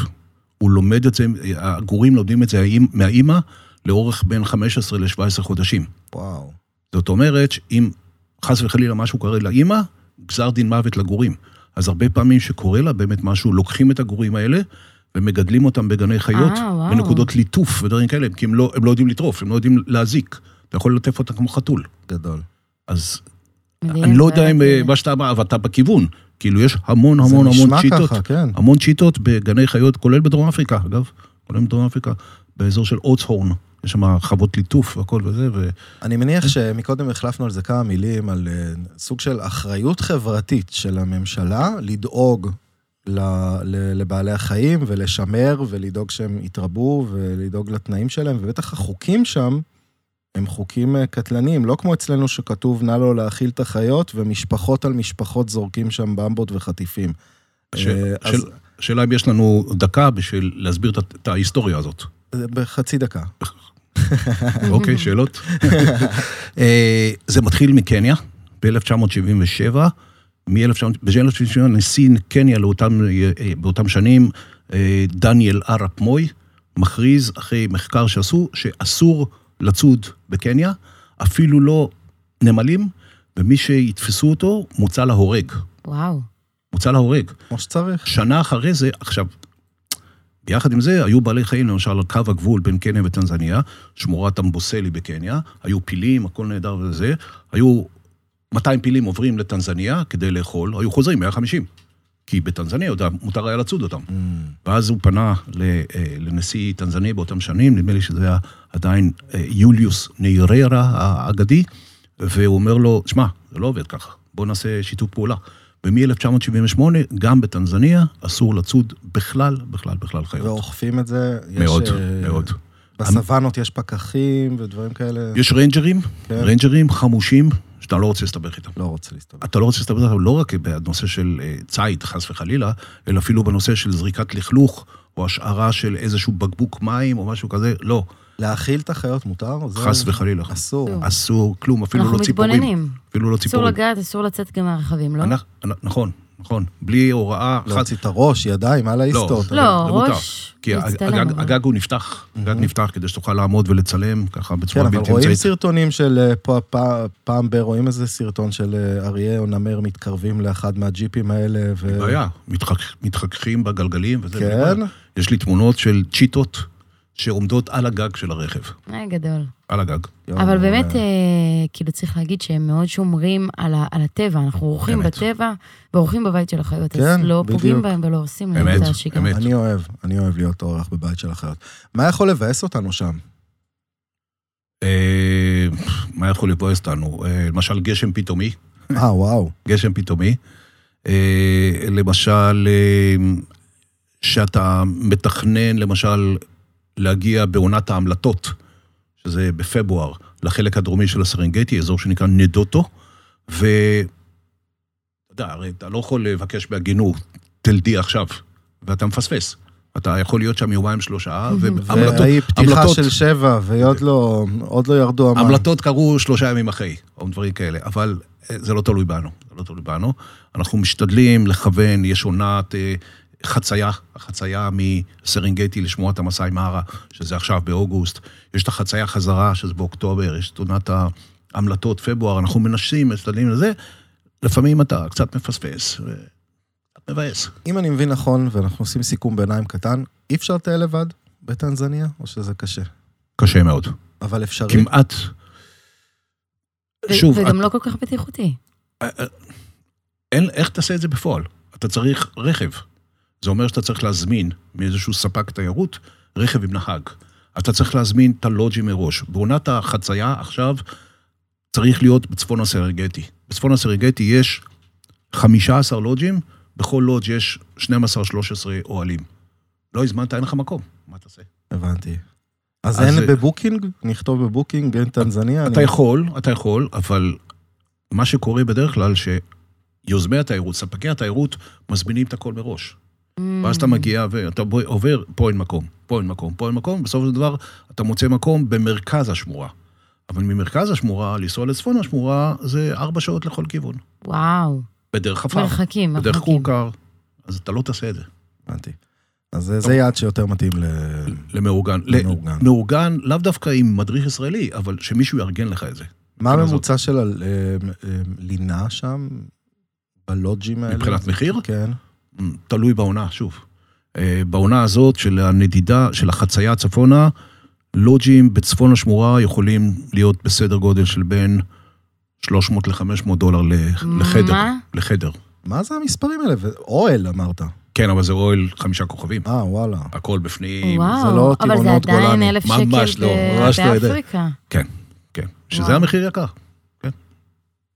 B: הוא לומד את זה, הגורים לומדים את זה האימ- מהאימא לאורך בין 15 ל-17 חודשים.
A: וואו.
B: זאת אומרת, אם חס וחלילה משהו קורה לאימא, גזר דין מוות לגורים. אז הרבה פעמים שקורה לה באמת משהו, לוקחים את הגורים האלה ומגדלים אותם בגני חיות,
E: אה, וואו.
B: בנקודות ליטוף ודברים כאלה, כי הם לא, הם לא יודעים לטרוף, הם לא יודעים להזיק. אתה יכול לטף אותם כמו חתול.
A: גדול.
B: אז
E: מדהים,
B: אני לא יודע אם אה,
E: באמת.
B: מה שאתה אמר, אבל אתה בכיוון. כאילו, יש המון המון
A: אוקיי. זה
B: המון
A: נשמע
B: שיטות.
A: ככה, כן.
B: המון שיטות בגני חיות, כולל בדרום אפריקה, אגב. כולל בדרום אפריקה, באזור של אוטסהורן. יש שם חוות ליטוף והכל וזה, ו...
A: אני מניח שמקודם החלפנו על זה כמה מילים, על אה, סוג של אחריות חברתית של הממשלה, לדאוג ל- ל- לבעלי החיים ולשמר ולדאוג שהם יתרבו ולדאוג לתנאים שלהם, ובטח החוקים שם הם חוקים אה, קטלניים, לא כמו אצלנו שכתוב נא לא להאכיל את החיות ומשפחות על משפחות זורקים שם במבות וחטיפים.
B: ש-
A: אה, אז
B: של- השאלה אם יש לנו דקה בשביל להסביר את ה- את ההיסטוריה הזאת.
A: זה בחצי דקה.
B: אוקיי, (laughs) שאלות? אה, זה מתחיל מקניה, ב-1977. ב-1977 נשיא קניה לאותם, אה, אה, באותם שנים, אה, דניאל ערפ מוי, מכריז אחרי מחקר שעשו, שאסור לצוד בקניה, אפילו לא נמלים, ומי שיתפסו אותו מוצא להורג.
E: (laughs) וואו.
B: מוצא להורג.
A: כמו שצריך.
B: שנה אחרי זה, עכשיו, ביחד עם זה, היו בעלי חיים, למשל, על קו הגבול בין קניה וטנזניה, שמורת אמבוסלי בקניה, היו פילים, הכל נהדר וזה, היו 200 פילים עוברים לטנזניה כדי לאכול, היו חוזרים 150. כי בטנזניה יודע, מותר היה לצוד אותם. Mm. ואז הוא פנה ל, אה, לנשיא טנזניה באותם שנים, נדמה לי שזה היה עדיין אה, יוליוס נייררה האגדי, והוא אומר לו, שמע, זה לא עובד ככה, בוא נעשה שיתוף פעולה. ומ-1978, גם בטנזניה, אסור לצוד בכלל, בכלל, בכלל חיות.
A: ואוכפים את זה. לא, יש,
B: מאוד,
A: אה,
B: מאוד.
A: בסוואנות יש פקחים ודברים כאלה.
B: יש ריינג'רים,
A: כן.
B: ריינג'רים חמושים, שאתה לא רוצה להסתבך איתם.
A: לא רוצה להסתובב.
B: אתה לא רוצה להסתבך איתם לא רק בנושא של אה, ציד, חס וחלילה, אלא אפילו בנושא של זריקת לכלוך, או השערה של איזשהו בקבוק מים או משהו כזה, לא,
A: להאכיל את החיות מותר? זה-
B: חס וחלילה.
A: אסור. לא.
E: אסור.
B: אסור, כלום, אפילו
E: אנחנו
B: לא ציפורים.
E: מתבוננים.
B: אפילו לא
E: אסור
B: ציפורים.
E: לגעת, אסור לצאת גם מהרכבים, לא?
B: אנחנו- אנחנו- נכון, נכון. בלי הוראה, חס
A: להוציא את הראש, ידיים, על ההיסטות.
E: לא,
B: זה מותר.
E: ראש,
B: כי
E: להצטלם,
B: הגג-
E: אבל-
B: הגג הוא נפתח, הגג נפתח כדי שתוכל לעמוד ולצלם ככה
A: Mm-hmm. כן,
B: בצורה
A: אבל
B: בלתי
A: רואים
B: אמצעית.
A: סרטונים של אה, פה- פה- פעם ב... רואים איזה סרטון של אה, אריה או נמר מתקרבים לאחד מהג'יפים האלה, ו...
B: בעיה, לא, מתחכ- מתחככים בגלגלים וזה.
A: כן.
B: אין לי בעיה. יש לי תמונות של צ'יטות שעומדות על הגג של הרכב,
E: אה, גדול.
B: על הגג.
A: יום,
E: אבל
A: אה,
E: באמת, אה, כאילו, צריך להגיד שהם מאוד שומרים על ה- על הטבע. אנחנו אורחים
B: אמת.
E: בטבע ואורחים בבית של החיות, אז
A: כן,
E: לא פוגעים
A: בדיוק.
E: בהם ולא הורסים להם
B: אמת,
E: את השגרה.
B: אמת.
A: אני אוהב, אני אוהב להיות אורח בבית של החיות. מה יכול לבאס אותנו שם?
B: (laughs) אה, מה יכול לבאס אותנו? אה, למשל גשם פתאומי,
A: אה, וואו.
B: גשם פתאומי. אה, למשל, אה, שאתה מתכנן, למשל, להגיע בעונת ההמלטות, שזה בפברואר, לחלק הדרומי של הסרנגטי, אזור שנקרא נדוטו, ו... אתה יודע, הרי אתה לא יכול לבקש בהגינות, תלדי עכשיו, ואתה מפספס. אתה יכול להיות שם יומיים, שלושה, והמלטות...
A: והיא פתיחה
B: המלטות-
A: של שבע, ועוד לא, עוד לא ירדו המים.
B: המלטות קרו שלושה ימים אחרי, או דברים כאלה, אבל אה, זה לא תלוי בנו, זה לא תלוי בנו. אנחנו משתדלים לכוון, יש עונת אה, חצייה, החצייה מסרנגטי לשמועת המסאי מארה, שזה עכשיו באוגוסט, יש את החצייה חזרה, שזה באוקטובר, יש את עונת ההמלטות, פברואר, אנחנו מנסים, משתדלים לזה, לפעמים אתה קצת מפספס, ו- קצת מבאס.
A: אם אני מבין נכון, ואנחנו עושים סיכום ביניים קטן, אי אפשר לטייל לבד בטנזניה, או שזה קשה?
B: קשה מאוד,
A: אבל אפשרי.
B: כמעט.
E: ו-
B: שוב,
E: וגם לא כל כך בטיחותי.
B: אין, איך תעשה את זה בפועל? אתה צריך רכב. זה אומר שאתה צריך להזמין מאיזשהו ספק תיירות רכב עם נהג. אתה צריך להזמין את הלוג'י מראש. בעונת החצייה עכשיו צריך להיות בצפון הסרגטי. בצפון הסרגטי יש 15 לוג'ים, בכל לוג' יש 12-13 אוהלים. לא הזמנת, אין לך מקום, מה תעשה?
A: הבנתי. אז
B: אז
A: אין
B: זה-
A: בבוקינג? נכתוב בבוקינג, אין טנזניה?
B: אתה
A: אני-
B: יכול, אתה יכול, אבל מה שקורה בדרך כלל, שיוזמי התיירות, ספקי התיירות, מזמינים את הכל מראש.
E: Mm.
B: ואז אתה מגיע ואתה בו- עובר, פה אין מקום, פה אין מקום, פה אין מקום, בסופו של דבר אתה מוצא מקום במרכז השמורה. אבל ממרכז השמורה, לנסוע לצפון השמורה, זה ארבע שעות לכל כיוון.
E: וואו,
B: בדרך עפר,
E: מרחקים,
B: בדרך
E: מרחקים.
B: כורכר, אז אתה לא תעשה את זה.
A: הבנתי. אז זה- זה יעד שיותר מתאים ל...
B: (clears throat) למאורגן.
A: למאורגן.
B: מאורגן, לאו דווקא עם מדריך ישראלי, אבל שמישהו יארגן לך את זה.
A: מה
B: מבחינה
A: הממוצע של ה- אה, אה, לינה שם? בלוג'ים האלה?
B: מבחינת מחיר?
A: כן.
B: מ, תלוי בעונה, שוב. אה, בעונה הזאת של הנדידה, של החצייה צפונה, לוג'ים בצפון השמורה יכולים להיות בסדר גודל של בין 300 ל-500 דולר ל-
E: מה?
B: לחדר. לחדר.
A: מה זה המספרים האלה? ו- אוהל אמרת.
B: כן, אבל זה אוהל חמישה כוכבים.
A: אה, וואלה.
B: הכל בפנים.
E: וואו,
A: לא
E: אבל זה
A: טירונות
E: עדיין
A: גולני.
E: אלף שקל
B: ממש לא,
E: ב-
B: ממש לא יודע.
E: באפריקה.
B: כן, כן. שזה
E: וואו.
B: המחיר יקר.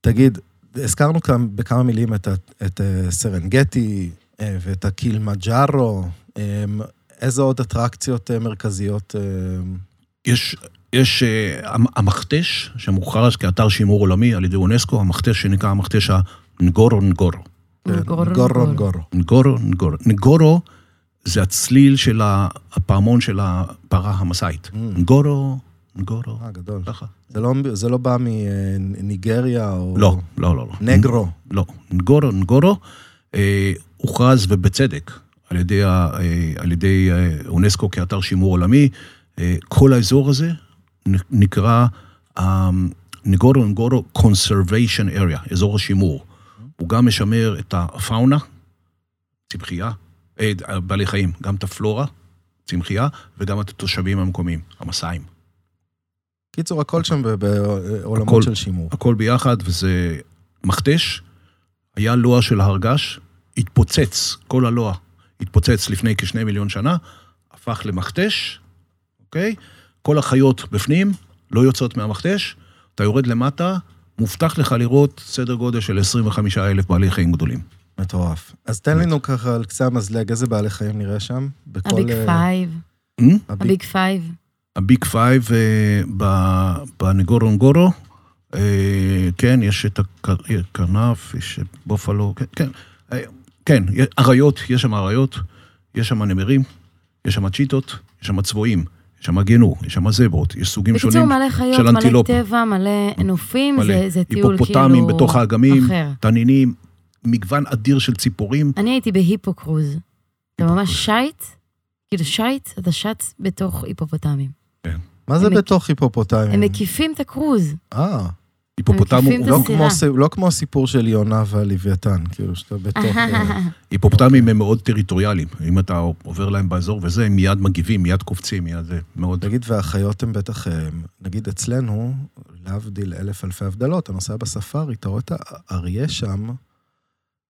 A: תגיד, הזכרנו כאן בכמה מילים את, ה- את אה, סרנגטי אה, ואת הקילימג'ארו. אה, איזה עוד אטרקציות אה, מרכזיות? אה,
B: יש, יש אה, המ- המכתש, שמוכרז כאתר שימור עולמי על ידי אונסקו, המכתש שנקרא המכתש הנגורו נגורו.
A: כן,
B: אה,
E: נגורו,
A: גורו
E: נגורו.
A: גורו.
B: נגורו נגורו. נגורו זה הצליל של ה- הפעמון של הפרה המסאית. נגורו, נגורו,
A: Mm. אה, גדול.
B: ככה.
A: זה לא, זה לא בא מניגריה או...
B: לא, לא, לא. לא.
A: נגרו.
B: לא. נגורו נגורו אה, הוכרז, ובצדק, על ידי, ה- אה, על ידי אה, אונסקו כאתר שימור עולמי. אה, כל האזור הזה נ- נקרא אה, נגורו נגורו Conservation Area, אזור השימור. הוא גם משמר את הפאונה, צמחייה, אה, בעלי חיים, גם את הפלורה, צמחייה, וגם את התושבים המקומיים, המסעים.
A: קיצור, הכל שם ב- בעולמות
B: הכל.
A: של שימור.
B: הכל ביחד, וזה מכתש. היה לוע של הרגש, התפוצץ, כל הלוע התפוצץ לפני כשני מיליון שנה, הפך למכתש, אוקיי? כל החיות בפנים, לא יוצאות מהמכתש, אתה יורד למטה, מובטח לך לראות סדר גודל של 25 אלף בעלי חיים גדולים.
A: מטורף. אז תן לנו ככה על קצה המזלג, איזה בעלי חיים נראה שם? בכל,
E: הביג
A: אה,
E: פייב,
B: Hmm?
A: הביג-
E: הביג פייב.
B: הביג פייב אה, ב- בנגורונגורו, אה, כן, יש את הכ- הכנף, יש את בופלו, כן, כן, אה, כן, י- אריות, יש שם אריות, יש שם נמרים, יש שם צ'יטות, יש שם צבועים, יש שם גנו, יש שם זברות, יש סוגים
E: בקיצור,
B: שונים
E: מלא חיות,
B: של
E: מלא
B: אנטילופים.
E: טבע, מלא נופים,
B: מלא.
E: זה- זה טיול כאילו...
B: היפופוטמים בתוך האגמים,
E: אחר.
B: תנינים, מגוון אדיר של ציפורים,
E: אני הייתי בהיפוקרוז. אתה ממש שייט, כאילו שייט, אתה שץ בתוך היפופוטמים.
A: מה זה
E: הם מק-
A: בתוך היפופוטמים?
E: הם מקיפים את הקרוז.
A: אה,
B: היפופוטם
E: מקיפים את
A: לא
B: הוא-
E: הסירה.
A: כמו ס- לא כמו הסיפור של יונה והלוויתן, כאילו שאתה
E: (laughs)
A: בתוך... אה,
B: היפופוטמים הם מאוד טריטוריאליים, אם אתה עובר להם באזור וזה, הם מיד מגיבים, מיד קופצים, מיד זה מאוד...
A: נגיד, והחיות הן בטח, אה, נגיד אצלנו, להבדיל אלף אלפי הבדלות, אתה נוסע בספארי, אתה רואה את האריה שם,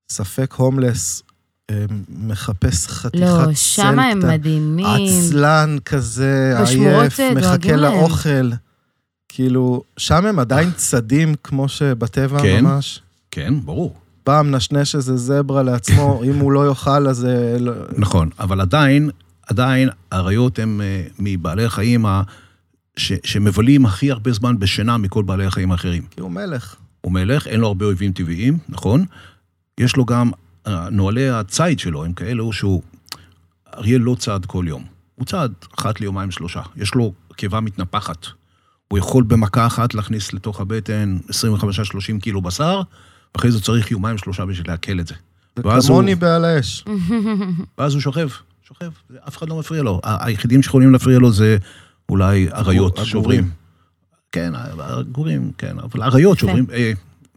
A: ספק הומלס, אה, מחפש חתיכת
E: לא,
A: סל
E: שם הם
A: קטן.
E: מדהימים.
A: עצלן כזה,
E: בשמורות,
A: עייף,
E: אה,
A: מחכה
E: דואגים להם.
A: לאוכל. כאילו, שם הם עדיין צדים כמו שבטבע
B: כן.
A: ממש.
B: כן, ברור.
A: פעם נשנש איזה זברה לעצמו, אם הוא לא יאכל אז... אה, לא-
B: נכון, אבל עדיין, עדיין האריות הם אה, מבעלי החיים ה... ש... שמבלים הכי הרבה זמן בשינה מכל בעלי החיים האחרים.
A: כי הוא מלך.
B: הוא מלך, אין לו הרבה אויבים טבעיים, נכון? יש לו גם, אה, נוהלי הציד שלו הם כאלו שהוא... אריה לא צעד כל יום, הוא צעד אחת ליומיים שלושה. יש לו קיבה מתנפחת. הוא יכול במכה אחת להכניס לתוך הבטן 25-30 קילו בשר, ואחרי זה צריך יומיים שלושה בשביל לעכל את זה. ואז הוא-
A: וכמוני בעל האש.
B: ואז הוא שוכב, שוכב, אף אחד לא מפריע לו. ה- היחידים שיכולים להפריע לו זה אולי אריות
A: הגורים.
B: שעוברים. כן, הגורים, כן, אבל אריות שעוברים, אה,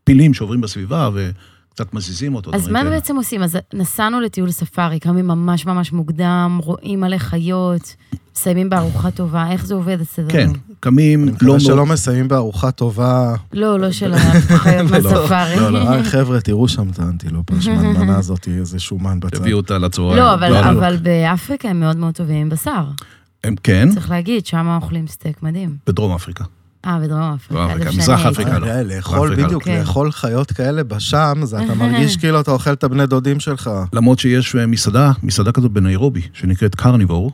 B: פילים שעוברים בסביבה וקצת מזיזים אותו.
E: אז
B: דברים
E: מה
B: כאלה.
E: בעצם עושים? אז נסענו לטיול ספארי, קמים ממש ממש מוקדם, רואים מלא חיות, מסיימים בארוחה טובה, איך זה עובד הסדר?
B: כן, קמים,
A: אני
B: לא
A: מקווה
B: מאוד...
A: שלא מסיימים בארוחה טובה.
E: לא, לא של החיות מהספארי.
A: לא, לא, אה, חבר'ה, תראהו שם את האנטילופה (laughs) השמנמנה הזאת, איזה שומן בצד.
B: תביאו אותה לצהריים.
E: לא, אבל- אבל באפריקה הם מאוד מאוד טובים עם בשר.
A: Mm-hmm.
B: הם כן,
E: צריך להגיד, שם אוכלים סטייק מדהים.
B: בדרום אפריקה.
E: אה, בדרום אפריקה.
B: דרום אפריקה,
E: זה
B: מזרח
E: שאני
B: אפריקה.
E: הייתי.
B: לא.
A: אה, לאכול,
B: באפריקה לא.
A: בדיוק,
E: כן.
A: לאכול חיות כאלה בשם, זה אתה (laughs) מרגיש כאילו אתה אוכל את הבני דודים שלך.
B: למרות שיש אה, מסעדה, מסעדה כזאת בניירובי, שנקראת קרניבור,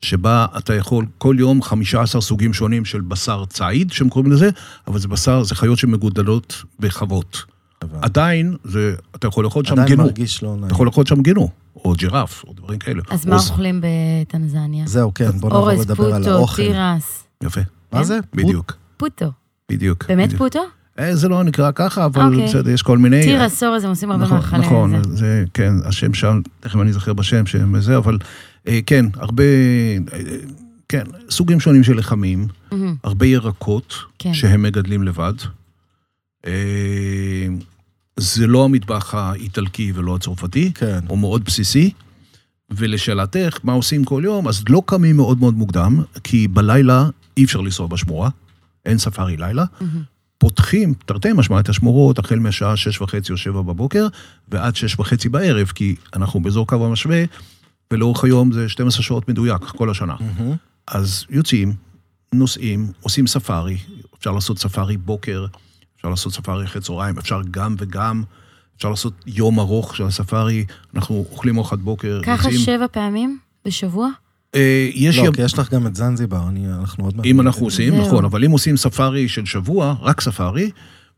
B: שבה אתה יכול כל יום 15 סוגים שונים של בשר ציד, שהם קוראים לזה, אבל זה בשר, זה חיות שמגודלות בחוות. עדיין, זה, אתה יכול לאכול שם
A: עדיין
B: גנו. נכון.
A: מרגיש לא נעים.
B: אתה יכול לאכול שם גנו, או ג'ירף, או דברים כאלה.
E: אז
B: או
E: מה
B: ז-
E: אוכלים בטנזניה?
A: זהו, כן, בוא נעבור
E: אורז,
A: לדבר על
E: פוטו,
A: האוכל.
E: תירס.
B: יפה,
A: מה זה?
B: בדיוק,
E: פוטו.
B: בדיוק.
E: כן. באמת
B: בדיוק.
E: פוטו?
B: אה, זה לא נקרא ככה, אבל
E: אוקיי.
B: בסדר, יש כל מיני...
E: תירס, אורז, הם עושים הרבה
B: נכון,
E: מאכלים.
A: אה,
B: נכון,
E: זה.
B: זה, כן, השם שם, תכף אני אזכר בשם, שם זה, אבל אה, כן, הרבה, אה, כן, סוגים שונים של לחמים,
E: מהמם.
B: הרבה ירקות
E: כן.
B: שהם מגדלים לבד. אה, זה לא המטבח האיטלקי ולא הצרפתי,
A: כן.
B: הוא מאוד בסיסי. ולשאלתך, מה עושים כל יום? אז לא קמים מאוד מאוד מוקדם, כי בלילה אי אפשר לנסוע בשמורה, אין ספארי לילה. פותחים, תרתי משמע, את השמורות החל מהשעה שש וחצי או שבע בבוקר, ועד שש וחצי בערב, כי אנחנו באזור קו המשווה, ולאורך היום זה 12 שעות מדויק, כל השנה. אז יוצאים, נוסעים, עושים ספארי, אפשר לעשות ספארי בוקר, אפשר לעשות ספארי אחרי צהריים, אפשר גם וגם, אפשר לעשות יום ארוך של הספארי, אנחנו אוכלים ארוחת בוקר,
E: ככה
B: יוצאים.
E: שבע פעמים בשבוע?
B: אה, יש
A: לא,
B: יב-
A: כי יש לך גם את זנזיבר, אני- אנחנו עוד מעט...
B: אם אנחנו עושים,
E: זהו.
B: נכון, אבל אם עושים ספארי של שבוע, רק ספארי,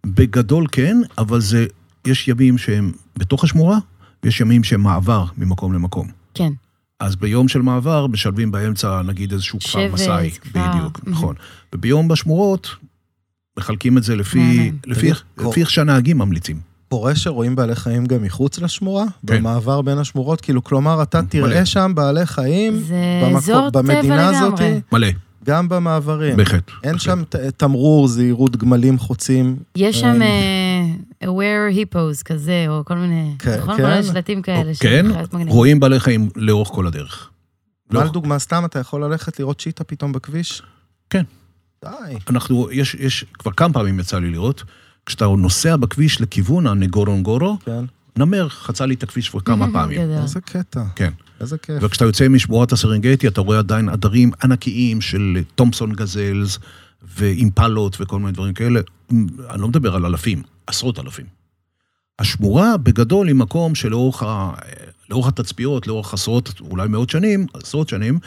B: בגדול כן, אבל זה, יש ימים שהם בתוך השמורה, ויש ימים שהם מעבר ממקום למקום.
E: כן.
B: אז ביום של מעבר משלבים באמצע, נגיד, איזשהו כפר
E: שבט, Mm-hmm.
B: מסאי.
E: כפר,
B: בדיוק,
E: מהמם.
B: נכון. וביום בשמורות, מחלקים את זה לפי,
E: מהמם.
B: לפי, איך-
A: תגיד,
B: לפי איך שהנהגים ממליצים.
A: קורה שרואים בעלי חיים גם מחוץ לשמורה?
B: כן.
A: במעבר בין השמורות? כאילו, כלומר, אתה
B: מלא.
A: תראה שם בעלי חיים,
E: זה
A: במקום-
E: אזור טבע
A: במדינה הזאת,
E: לגמרי.
B: מלא,
A: גם במעברים.
B: בהחלט.
A: כן. אין שם ת- תמרור, זהירות, גמלים חוצים.
E: יש
A: אה,
E: שם אה, aware hippos כזה, או כל מיני,
A: כן,
E: נכון?
A: כן.
E: כל מיני שלטים כאלה. של
B: כן,
E: חיות מגניבות.
B: רואים בעלי חיים לאורך כל הדרך. לא-
A: מה
B: לאורך-
A: לדוגמה, סתם אתה יכול ללכת לראות שיטה פתאום בכביש?
B: כן.
A: די.
B: אנחנו, יש, יש, כבר כמה פעמים יצא לי לראות, כשאתה נוסע בכביש לכיוון הנגורונגורו,
A: כן.
B: נמר חצה לי את הכביש כבר כמה פעמים.
E: (laughs) גדול.
A: איזה קטע.
B: כן.
A: איזה כיף.
B: וכשאתה יוצא משמורת הסרנגטי, אתה רואה עדיין עדרים ענקיים של תומפסון גזלס ואימפלות וכל מיני דברים כאלה. אני לא מדבר על אלפים, עשרות אלפים. השמורה בגדול היא מקום שלאורך ה... לאורך התצפיות, לאורך עשרות, אולי מאות שנים, עשרות שנים,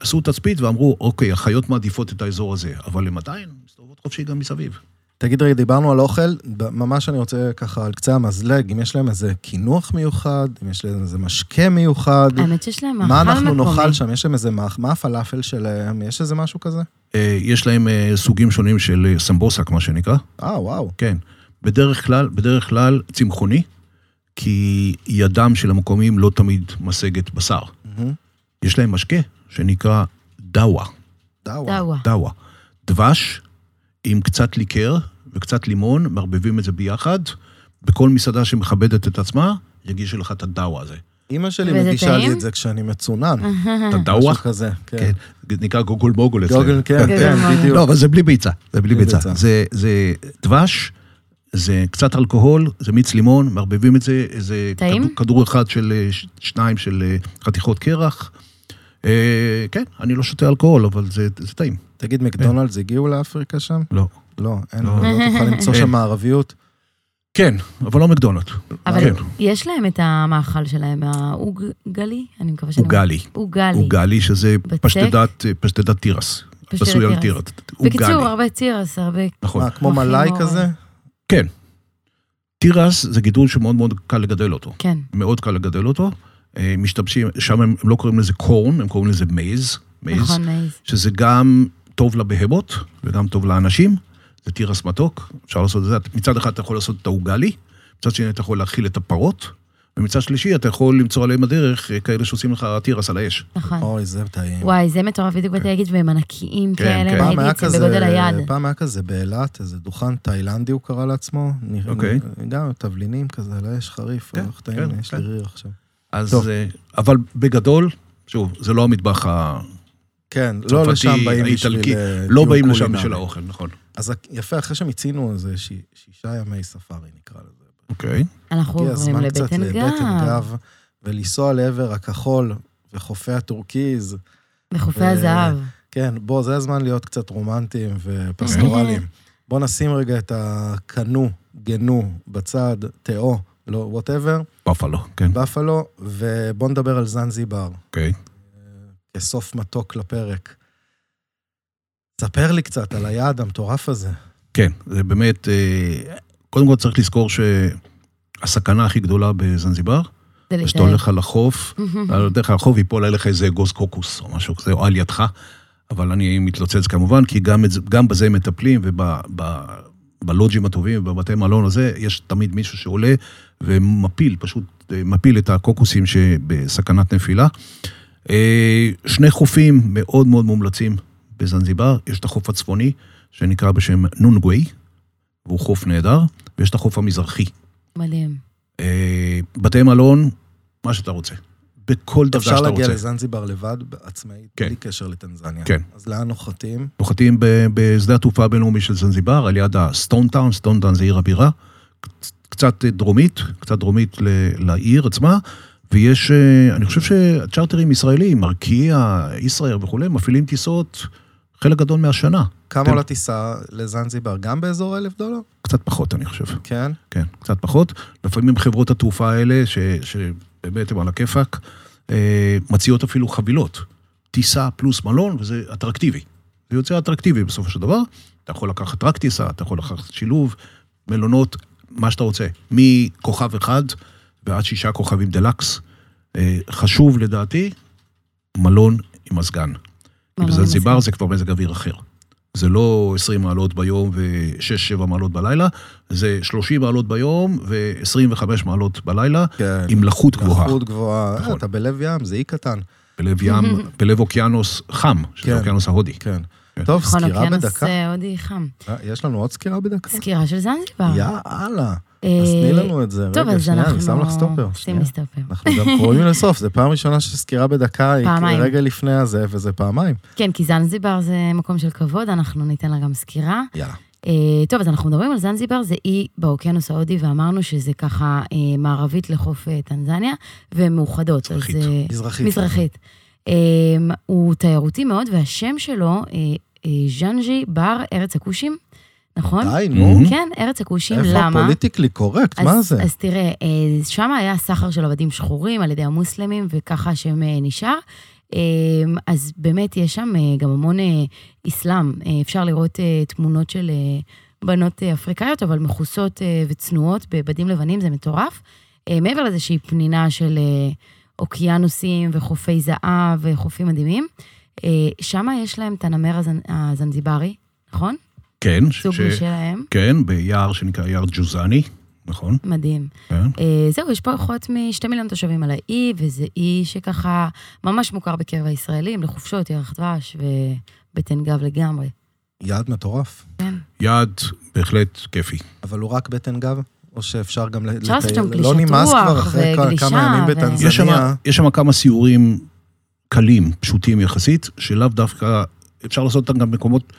B: עשו תצפית ואמרו, אוקיי, החיות מעדיפות את האזור הזה, אבל הן עדיין מסתובבות חופשי גם מסביב.
A: תגיד רגע, דיברנו על אוכל, ב- ממש אני רוצה ככה על קצה המזלג, אם יש להם איזה קינוח מיוחד, אם יש להם איזה משקה מיוחד,
E: האמת שיש להם מאכל
A: מה
E: מקומי.
A: אנחנו נאכל שם? יש להם איזה מאח, מה הפלאפל שלהם? יש איזה משהו כזה?
B: אה, יש להם אה, סוגים שונים של אה, סמבוסק, מה שנקרא.
A: אה, וואו.
B: כן. בדרך כלל, בדרך כלל צמחוני, כי ידם של המקומיים לא תמיד משגת בשר.
A: מהמם.
B: יש להם משקה שנקרא דאווה,
A: דאווה.
E: דאווה.
B: דאווה. דבש עם קצת ליקר וקצת לימון, מערבבים את זה ביחד. בכל מסעדה שמכבדת את עצמה, יגישו לך את הדאווה הזה.
A: אימא שלי
E: וזה
A: מגישה לי
E: טעים?
A: את זה כשאני מצונן.
B: את הדאווה?
A: אה. משהו כזה,
B: כן.
A: כן.
B: זה נקרא גוגול מוגול אצלנו.
A: גוגל, כן,
B: (laughs)
A: כן,
E: גוגל.
A: בדיוק.
B: לא, אבל זה בלי ביצה. זה בלי
A: בלי
B: ביצה.
A: ביצה.
B: זה- זה דבש, זה קצת אלכוהול, זה מיץ לימון, מערבבים את זה, איזה
E: טעים?
B: כדור- כדור אחד של אה, ש- שניים של אה, חתיכות קרח. אה, כן, אני לא שותה אלכוהול, אבל זה זה טעים.
A: תגיד, מקדונלדס הגיעו לאפריקה שם?
B: לא.
A: לא, אין,
B: לא.
A: לא תוכל למצוא
B: אין.
A: שם מערביות.
B: כן, אבל לא מקדונלד.
E: אבל
B: כן.
E: יש להם את המאכל שלהם, האוגלי? אני מקווה שאני...
B: עוגלי.
E: אוגלי.
B: עוגלי, שזה
E: בצק?
B: פשטדת אה, פשטדת תירס.
E: פשוט
B: עשוי על
E: יותר.
B: תירס.
E: בקיצור,
B: עוגלי.
E: הרבה תירס, הרבה...
B: נכון.
A: מה, כמו
E: הכי
A: מלאי
E: מעורב.
A: כזה?
B: כן. תירס זה גידול שמאוד מאוד קל לגדל אותו.
E: כן.
B: מאוד קל לגדל אותו. אה, משתמשים, שם הם, הם לא קוראים לזה קורן, הם קוראים לזה מייז. מייז.
E: נכון, מייז.
B: שזה גם טוב לבהמות וגם טוב לאנשים. זה תירס מתוק, אפשר לעשות את זה. מצד אחד אתה יכול לעשות את העוגלי, מצד שני אתה יכול להאכיל את הפרות, ומצד שלישי אתה יכול למצוא עליהם הדרך אה, כאלה שעושים לך תירס על האש.
E: נכון.
A: אוי, זה טעים.
E: וואי, זה מטורף, בדיוק באתי להגיד, והם ענקיים
B: כן,
E: כאלה,
B: כן.
E: הם
A: פעם היה
E: הייתי
A: כזה,
E: בגודל היד.
A: פעם היה כזה באילת, איזה דוכן תאילנדי הוא קרא לעצמו. נ-
B: אוקיי.
A: נ- גם תבלינים כזה, על האש חריף, לא
B: כן,
A: איך
B: כן,
A: טעים, יש לי
B: כן.
A: ריר עכשיו.
B: אז,
A: טוב.
B: אה, אבל בגדול, שוב, זה לא המטבח ה...
A: כן, לא
B: צרפתי,
A: לשם באים בשביל...
B: האיטלקי,
A: אה,
B: לא
A: טיול
B: באים לשם
A: קולינרי.
B: בשביל האוכל, נכון.
A: אז יפה, אחרי שמיצינו איזה ש- שישה ימי ספארי, נקרא לזה.
B: אוקיי.
E: אנחנו
A: הגיע
E: עוברים
A: הזמן קצת
E: לבטן
A: לבטן
E: גב,
A: גב, ולנסוע לעבר הכחול וחופי הטורקיז.
E: בחופי
A: אה,
E: הזהב.
A: כן, בוא, זה הזמן להיות קצת רומנטיים ופסטורליים.
B: אוקיי.
A: בוא נשים רגע את הקנו, גנו, בצד, תאו, לא, וואטאבר,
B: בפלו, כן,
A: בפלו, ובוא נדבר על זנזיבר,
B: אוקיי.
A: כסוף מתוק לפרק. ספר לי קצת על היעד המטורף הזה.
B: כן, זה באמת, אה, קודם כל צריך לזכור שהסכנה הכי גדולה בזנזיבר,
E: זה
B: זה שאתה
E: להתאהב.
B: הולך על החוף, על דרך החוף ייפול עליך איזה אגוז קוקוס או משהו כזה, או על ידך, אבל אני מתלוצץ כמובן, כי גם, את, זה- גם בזה הם מטפלים, ובלוג'ים הטובים, בבתי מלון הזה, יש תמיד מישהו שעולה ומפיל, פשוט אה, מפיל את הקוקוסים שבסכנת נפילה. אה, שני חופים מאוד מאוד מומלצים בזנזיבר, יש את החוף הצפוני, שנקרא בשם נונגווי, והוא חוף נהדר, ויש את החוף המזרחי.
E: מדהים.
B: אה, בתי מלון, מה שאתה רוצה. בכל דרגה שאתה
A: אפשר
B: רוצה.
A: להגיע לזנזיבר לבד, עצמאית,
B: כן.
A: בלי קשר לטנזניה.
B: כן.
A: אז לאן נוחתים?
B: נוחתים ב- בשדה התעופה הבינלאומי של זנזיבר, על יד הסטונטאון, סטונטאון זה עיר הבירה, קצ- קצת דרומית, קצת דרומית ל- לעיר עצמה, ויש, אה, אני חושב שהצ'רטרים ישראלים, ארקיע, ישראל וכולי, מפעילים טיסות חלק גדול מהשנה.
A: כמה
B: כן.
A: עולה טיסה לזנזיבר? גם באזור אלף דולר?
B: קצת פחות, אני חושב.
A: כן.
B: כן, קצת פחות. לפעמים חברות התעופה האלה, ש, שבאמת הם על הכיפאק, אה, מציעות אפילו חבילות. טיסה פלוס מלון, וזה אטרקטיבי. זה יוצא אטרקטיבי בסופו של דבר. אתה יכול לקחת רק טיסה, אתה יכול לקחת שילוב, מלונות, מה שאתה רוצה. מכוכב אחד ועד שישה כוכבים דלקס. אה, חשוב לדעתי, מלון עם מזגן.
E: מלון עם
B: בזנזיבר זה כבר מזג אוויר אחר. זה לא 20 מעלות ביום ו-6-7 מעלות בלילה, זה 30 מעלות ביום ו-25 מעלות בלילה,
A: כן.
B: עם לחות גבוהה.
A: לחות גבוהה.
B: נכון.
A: אה, אתה בלב ים, זה אי קטן.
B: בלב ים, בלב אוקיינוס חם, שזה
A: כן.
B: האוקיינוס ההודי.
A: כן.
B: כן.
A: טוב,
E: נכון,
A: סקירה
E: אוקיינוס
A: בדקה.
E: אה, הודי חם.
A: אה, יש לנו עוד סקירה בדקה?
E: סקירה של זנזיבר.
A: יאללה.
E: אה,
A: אז תני לנו את זה.
E: טוב,
A: רגע,
E: אז
A: שנייה,
E: אנחנו...
A: אני שם לך סטופר.
E: שים
A: שנייה.
E: לי סטופר.
A: אנחנו גם קרובים לסוף, זו פעם ראשונה שסקירה בדקה היא
E: פעמיים.
A: כאילו רגע לפני הזה, וזה פעמיים.
E: כן, כי זנזיבר זה מקום של כבוד, אנחנו ניתן לה גם סקירה.
A: יאללה.
E: אה, טוב, אז אנחנו מדברים על זנזיבר, זה אי באוקיינוס ההודי, ואמרנו שזה ככה אה, מערבית לחוף אה, טנזניה, והן מאוחדות. אז,
B: מזרחית.
E: אה,
A: מזרחית.
E: מזרחית. אה, הוא תיירותי מאוד, והשם שלו, אה, אה, ז'אנז'י בר ארץ הכושים, נכון?
A: די, נו.
B: נו.
E: כן, ארץ הכושים,
A: איפה
E: למה?
A: הפוליטיקלי קורקט? מה
E: אז,
A: זה?
E: אז תראה, אה, שם היה סחר של עבדים שחורים על ידי המוסלמים, וככה השם אה, נשאר. אה, אז באמת יש שם אה, גם המון אה, אסלאם. אה, אפשר לראות אה, תמונות של אה, בנות אה, אפריקאיות, אבל מכוסות אה, וצנועות בבדים לבנים, זה מטורף. אה, מעבר לזה שהיא פנינה של אה, אוקיינוסים וחופי זהב וחופים מדהימים, שם יש להם את הנמר הזנ... הזנזיברי, נכון?
B: כן, ש-
E: סוג
B: ש-
E: משלהם.
B: כן, ביער שנקרא יער ג'וזני, נכון?
E: מדהים.
B: כן.
E: אה, זהו, יש פחות משתי מיליון תושבים על האי, וזה אי שככה ממש מוכר בקרב הישראלים, לחופשות, ירח דבש ובטן גב לגמרי.
A: יעד מטורף.
B: יעד בהחלט כיפי.
A: אבל הוא רק בטן גב? או שאפשר גם לטייל?
E: אפשר לעשות שם גלישת
A: לא נמאס
E: רוח
A: כבר אחרי כמה-
E: וגלישה
A: כמה ימים
E: ו-
A: בטנזניה.
B: יש שם- יש שם כמה סיורים קלים, פשוטים יחסית, שלאו דווקא, אפשר לעשות אותם גם במקומות,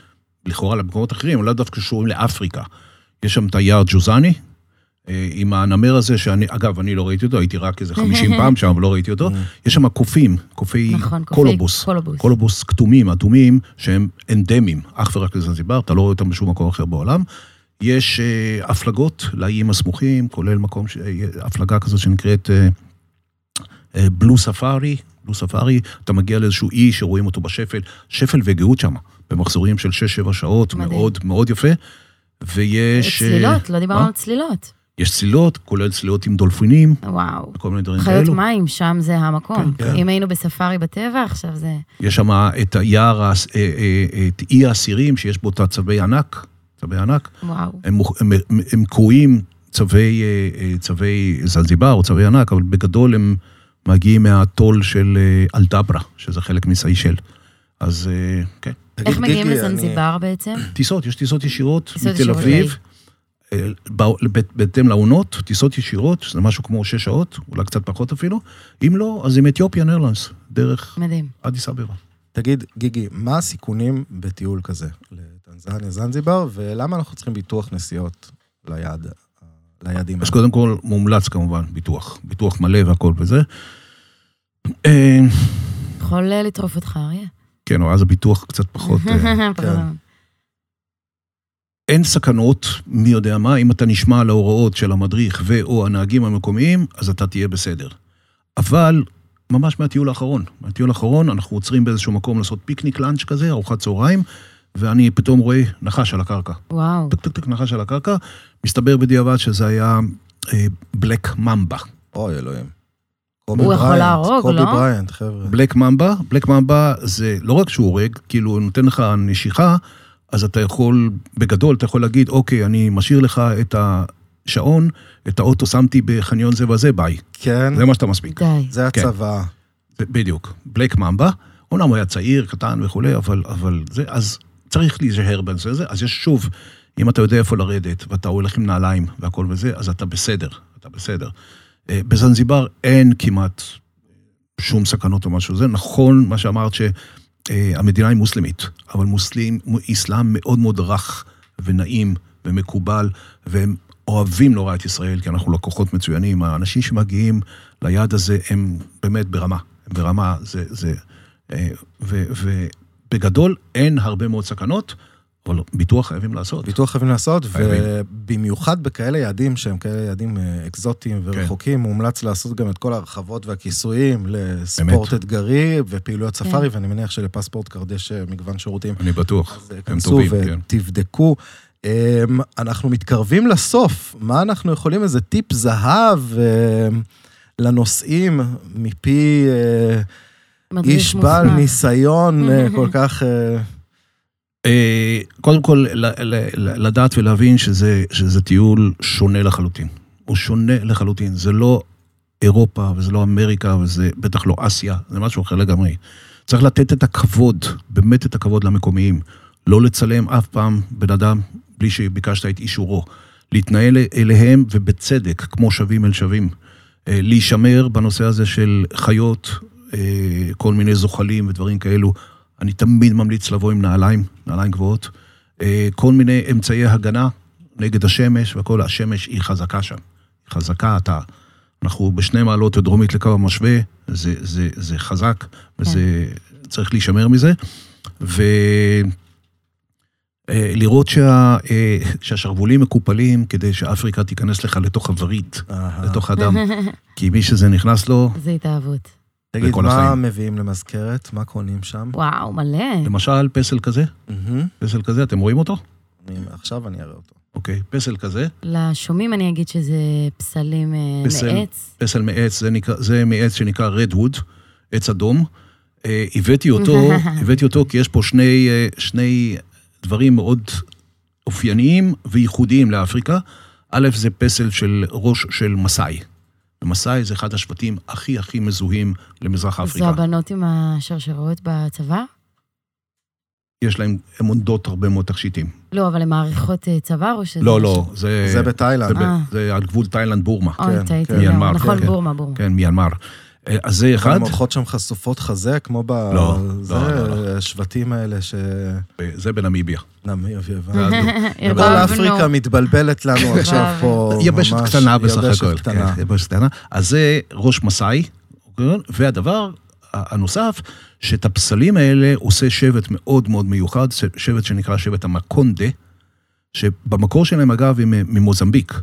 B: לכאורה למקומות אחרים, אבל לאו דווקא קשורים לאפריקה. יש שם את היער ג'וזני, אה, עם הנמר הזה, שאני, אגב, אני לא ראיתי אותו, הייתי רק
E: (laughs)
B: איזה 50 פעם שם, אבל לא ראיתי אותו. יש שם קופים, קופי
E: כן. נכון, קופי
B: קולובוס.
E: קולובוס.
B: קולובוס כתומים, אדומים, שהם אנדמיים, אך ורק לזנזיבר, אתה לא רואה אותם בשום מקום אחר בעולם. יש אה, הפלגות לאיים הסמוכים, כולל מקום, ש- אה, הפלגה כזאת שנקראת אה, אה, בלו ספארי, בלו ספארי, אתה מגיע לאיזשהו אי שרואים אותו בשפל, שפל וגאות שם, במחזורים של 6-7 שעות,
E: מדהים.
B: מאוד מאוד יפה. ויש... אה,
E: צלילות, לא דיברנו
B: מה?
E: על צלילות.
B: יש צלילות, כולל צלילות עם דולפינים,
E: וואו.
B: וכל מיני דברים
E: חיות
B: כאלו.
E: מים, שם זה המקום.
A: אה, כן, כן.
E: אם היינו בספארי בטבע, עכשיו זה...
B: יש שם את היער, האס- אה, אה, אה, את אי האסירים, שיש בו את הצווי ענק, צווי ענק.
E: וואו.
A: אה,
B: הם מוכ- הם- הם- הם קרויים צווי, אה, אה, צווי זנזיבר או צווי ענק, אבל בגדול הם מגיעים מהטול של אה, אלדברה, שזה חלק מסיישל. אז אה, כן,
A: תגיד,
E: איך מגיעים
A: גיגי, אני-
E: לזנזיבר בעצם?
B: טיסות, יש טיסות ישירות
E: טיסות
B: מתל
E: ישירות
B: אביב. אה, בא- בית- בהתאם לעונות, טיסות ישירות, שזה משהו כמו שש שעות, אולי קצת פחות אפילו. אם לא, אז עם אתיופיאן איירלנס, דרך
E: מדהים.
B: אדיס אבבה.
A: תגיד, גיגי, מה הסיכונים בטיול כזה לטנזניה, זנזיבר, ולמה אנחנו צריכים ביטוח נסיעות ליעד, ליעדים
B: אז
A: האלה?
B: קודם כל, מומלץ כמובן, ביטוח. ביטוח מלא והכל וזה. אה,
E: יכול אה, לטרוף אותך, אריה.
B: כן, אבל אז הביטוח קצת פחות...
E: (laughs)
B: אה,
E: פחות או
A: כן.
E: לא.
B: אין סכנות, מי יודע מה, אם אתה נשמע על ההוראות של המדריך ו/או הנהגים המקומיים, אז אתה תהיה בסדר. אבל, ממש מהטיול האחרון, מהטיול האחרון, אנחנו עוצרים באיזשהו מקום לעשות פיקניק לאנץ' כזה, ארוחת צהריים, ואני פתאום רואה נחש על הקרקע.
E: וואו.
B: טק טק טק נחש על הקרקע, מסתבר בדיעבד שזה היה אה, בלק ממבה.
A: אוי, אלוהים.
E: הוא יכול להרוג,
A: קובי
E: לא?
A: בריינט, חבר'ה.
B: בלק ממבה, בלק ממבה זה לא רק שהוא הורג, כאילו הוא נותן לך נשיכה, אז אתה יכול, בגדול, אתה יכול להגיד, אוקיי, אני משאיר לך את השעון, את האוטו שמתי בחניון זה וזה, ביי.
A: כן,
B: זה מה שאתה מספיק.
E: די.
A: זה
B: כן.
A: הצבא.
B: זה- בדיוק. בלק ממבה, אומנם הוא היה צעיר, קטן וכולי, אבל, אבל זה, אז צריך להיזהר בנושא הזה, אז יש שוב, אם אתה יודע איפה לרדת, ואתה הולך עם נעליים והכל וזה, אז אתה בסדר, אתה בסדר. אה, בזנזיבר אין כמעט שום סכנות או משהו. זה נכון מה שאמרת שהמדינה היא מוסלמית, אבל מוסלים, אסלאם מאוד מאוד רך ונעים ומקובל, והם אוהבים נורא את ישראל, כי אנחנו לקוחות מצוינים. האנשים שמגיעים ליעד הזה הם באמת ברמה, הם ברמה, זה... זה אה, ו, ובגדול אין הרבה מאוד סכנות, אבל ביטוח חייבים לעשות.
A: ביטוח חייבים לעשות,
B: חייבים.
A: ובמיוחד בכאלה יעדים שהם כאלה יעדים אה, אקזוטיים
B: כן.
A: ורחוקים, מומלץ לעשות גם את כל ההרחבות והכיסויים לספורט אתגרי ופעילויות
E: כן.
A: ספארי, ואני מניח שלפספורט קרד יש אה, מגוון שירותים.
B: אני בטוח,
A: אז אה,
B: הם
A: כנסו
B: טובים, כן.
A: ותבדקו. אמ, אנחנו מתקרבים לסוף, מה אנחנו יכולים, איזה טיפ זהב אמ, לנוסעים מפי אה,
E: מדריך
A: איש בעל
E: מוסמך.
A: ניסיון אה, כל כך... אה,
B: אה, קודם כל, ל- ל- ל- לדעת ולהבין שזה, שזה טיול שונה לחלוטין. הוא שונה לחלוטין. זה לא אירופה, וזה לא אמריקה, וזה בטח לא אסיה, זה משהו אחר לגמרי. צריך לתת את הכבוד, באמת את הכבוד למקומיים. לא לצלם אף פעם בן אדם בלי שביקשת את אישורו. להתנהל אליהם, ובצדק, כמו שווים אל שווים. אה, להישמר בנושא הזה של חיות, אה, כל מיני זוחלים ודברים כאלו. אני תמיד ממליץ לבוא עם נעליים, נעליים גבוהות. אה, כל מיני אמצעי הגנה נגד השמש והכל, השמש היא חזקה שם. היא חזקה, אתה... אנחנו בשני מעלות דרומית לקו המשווה, זה, זה, זה חזק, וזה... צריך להישמר מזה. ו... אה, לראות שה, אה, שהשרוולים מקופלים כדי שאפריקה תיכנס לך לתוך הווריד,
A: אהה.
B: לתוך (laughs) הדם. כי מי שזה נכנס לו,
E: זה התאהבות.
A: תגיד,
B: בכל
A: מה
B: החיים.
A: מביאים למזכרת? מה קונים שם?
E: וואו, מלא.
B: למשל פסל כזה,
A: מהמם.
B: פסל כזה, אתם רואים אותו?
A: אני- עכשיו אני אראה אותו.
B: אוקיי, פסל כזה,
E: לשומעים אני אגיד שזה פסלים אה,
B: פסל.
E: מעץ.
B: פסל מעץ, זה, נקרא, זה מעץ שנקרא רדווד, עץ אדום. אה, הבאתי (laughs) אותו, הבאתי אותו כי יש פה שני, אה, שני דברים מאוד אופייניים וייחודיים לאפריקה. א', זה פסל של ראש של מסאי. ומסאי זה אחד השבטים הכי הכי מזוהים למזרח
E: זו
B: אפריקה.
E: הבנות עם השרשרות בצבא?
B: יש להם, הן עונדות הרבה מאוד תכשיטים.
E: לא, אבל הן מעריכות אה, צוואר או שזה...
B: לא, לא, זה...
A: זה
B: זה,
A: בתאילנד.
B: ב-
E: אה.
B: זה על גבול תאילנד בורמה.
E: אוי,
A: כן,
E: טעיתי,
A: כן.
E: לא.
B: מיינמר,
E: נכון,
B: כן.
E: בורמה, בורמה.
B: כן, מיינמר. אה, אז זה אחד.
A: הן הולכות שם חשופות חזה, כמו ב...
B: לא,
A: זה,
B: לא, לא,
A: השבטים האלה ש...
B: אה, זה בנמיביה.
A: נמי יביבה.
B: אה, לא.
A: כל
E: (laughs)
A: אפריקה
E: הרבבנו.
A: מתבלבלת לנו עכשיו פה.
B: יבשת
A: ממש
B: קטנה בסך הכל.
A: יבשת קטנה.
B: כן, יבשת קטנה. אז זה ראש מסאי, אוקיי? והדבר הנוסף, שאת הפסלים האלה עושה שבט מאוד מאוד מיוחד, שבט שנקרא שבט המקונדה, שבמקור שלהם אגב הם אה, ממוזמביק.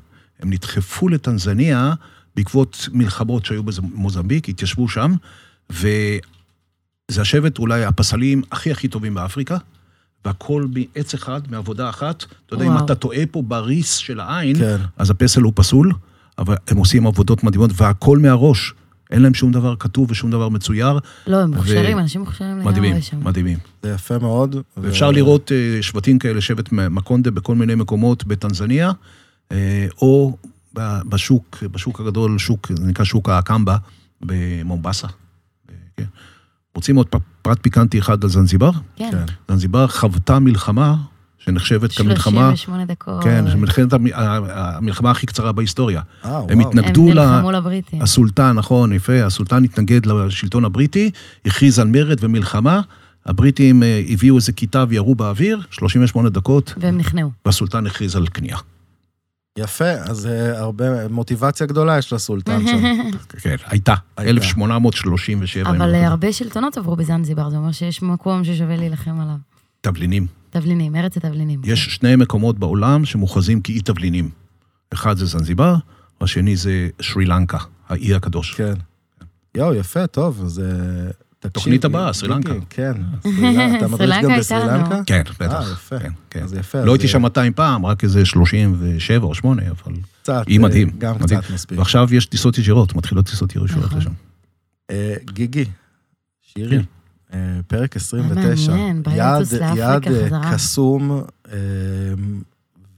B: הם נדחפו לטנזניה בעקבות מלחמות שהיו במוזמביק, התיישבו שם, וזה השבט אולי הפסלים הכי הכי טובים באפריקה. והכל מעץ אחד, מעבודה אחת. אתה יודע, אם
E: וואו.
B: אתה טועה פה בריס של העין,
A: כן.
B: אז הפסל הוא פסול, אבל הם עושים עבודות מדהימות, והכל מהראש. אין להם שום דבר כתוב ושום דבר מצויר.
E: לא, הם מוכשרים,
B: ו-
E: אנשים מוכשרים
B: מדהימים,
E: לגמרי לא שם.
B: מדהימים.
A: זה יפה מאוד.
B: ואפשר
A: ו-
B: לראות אה, שבטים כאלה, שבט מקונדה בכל מיני מקומות בטנזניה, אה, או ב- בשוק, בשוק הגדול, שוק, זה נקרא שוק האקמבה, במומבסה. אה, כן. רוצים עוד פ- פרט פיקנטי אחד על זנזיבר?
E: כן.
A: כן.
B: זנזיבר חוותה מלחמה שנחשבת כמלחמה...
E: 38 דקות.
B: כן, שמלחמת המ- ה- המלחמה הכי קצרה בהיסטוריה.
A: אה, וואו.
B: הם התנגדו
E: הם
B: ל...
E: נלחמו לבריטים.
B: הסולטן, נכון, יפה, הסולטן התנגד לשלטון הבריטי, הכריז על מרד ומלחמה, הבריטים אה, הביאו איזה כיתה וירו באוויר, 38 דקות,
E: והם נכנעו.
B: והסולטן הכריז על כניעה.
A: יפה, אז אה, הרבה מוטיבציה גדולה יש לסולטן שם.
B: כן, הייתה,
A: הייתה.
B: 1837.
E: אבל
B: אני
E: אה,
B: לא-
E: הרבה שלטונות עברו בזנזיבר, זה אומר שיש מקום ששווה להילחם עליו.
B: תבלינים.
E: תבלינים, ארץ התבלינים.
B: יש שני מקומות בעולם שמוכרזים כאי תבלינים. אחד זה זנזיבר, והשני זה שרי לנקה, האי הקדוש.
A: כן. יואו, יפה, טוב, אז... אה, תקשיב,
B: תוכנית הבאה, סרי לנקה.
A: מיקי, כן. סרי- אתה מדריך
E: סרי
A: גם
E: לנקה
A: בסרי
E: הייתה לנו.
A: לנקה?
B: כן, בטח.
A: אה, יפה.
B: כן, כן.
A: אז יפה.
B: לא
A: אז,
B: הייתי
A: אה,
B: שם 200 פעם, רק איזה 37 או 8, אבל...
A: קצת,
B: היא
A: אה,
B: מדהים.
A: גם
B: מדהים.
A: קצת מספיק.
B: ועכשיו יש טיסות ישירות, מתחילות טיסות ישירות
E: נכון.
B: לשם.
A: אה, גיגי, שירי, אה, פרק 29.
E: מעניין, בעיה
A: יעד-
E: לטוס לאפריקה
A: יעד אה,
E: חזרה.
A: קסום אה,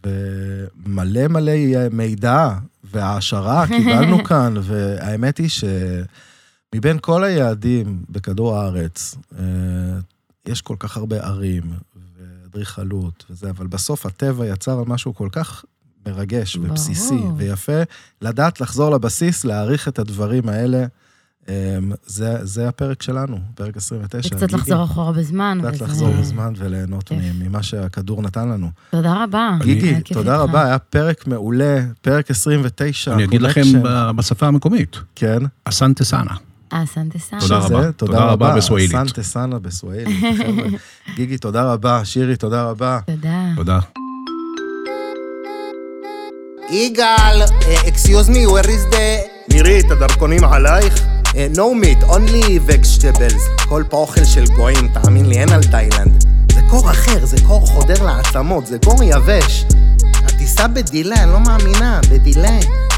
A: ומלא מלא אה, מידע
E: (laughs)
A: והעשרה קיבלנו כאן, והאמת היא שמבין כל היעדים בכדור הארץ, אה, יש כל כך הרבה ערים ואדריכלות וזה, אבל בסוף הטבע יצר משהו כל כך... מרגש
E: ברור.
A: ובסיסי ויפה, לדעת לחזור לבסיס, להעריך את הדברים האלה אמ, זה, זה הפרק שלנו, פרק 29.
E: וקצת
A: גיגי.
E: לחזור כן. אחורה בזמן.
A: קצת
E: וזה-
A: לחזור בזמן וליהנות
E: כיף.
A: מ- ממה שהכדור נתן לנו.
E: תודה רבה.
A: גיגי,
E: היה כן, כיף
A: תודה
E: איתך.
A: רבה, היה פרק מעולה, פרק 29.
B: אני אגיד לכם
A: connection.
B: ב- בשפה המקומית,
A: כן.
B: אסנטה סאנה.
E: אה, סנטה סאנה.
B: תודה
A: שזה-
B: רבה. תודה רבה בסואילית.
A: סנטה סאנה בסואילית, חבר'ה. גיגי, תודה רבה, שירי, תודה רבה.
E: תודה.
B: תודה.
C: יגאל, אה, excuse me, where is the...
D: מירי, את הדרכונים עלייך?
C: אה, no meat, only vegetables. כל פה אוכל של גויים, תאמין לי, אין על תאילנד. זה קור אחר, זה קור חודר לעצמות, זה קור יבש. הטיסה בדילה, אני לא מאמינה, בדילה.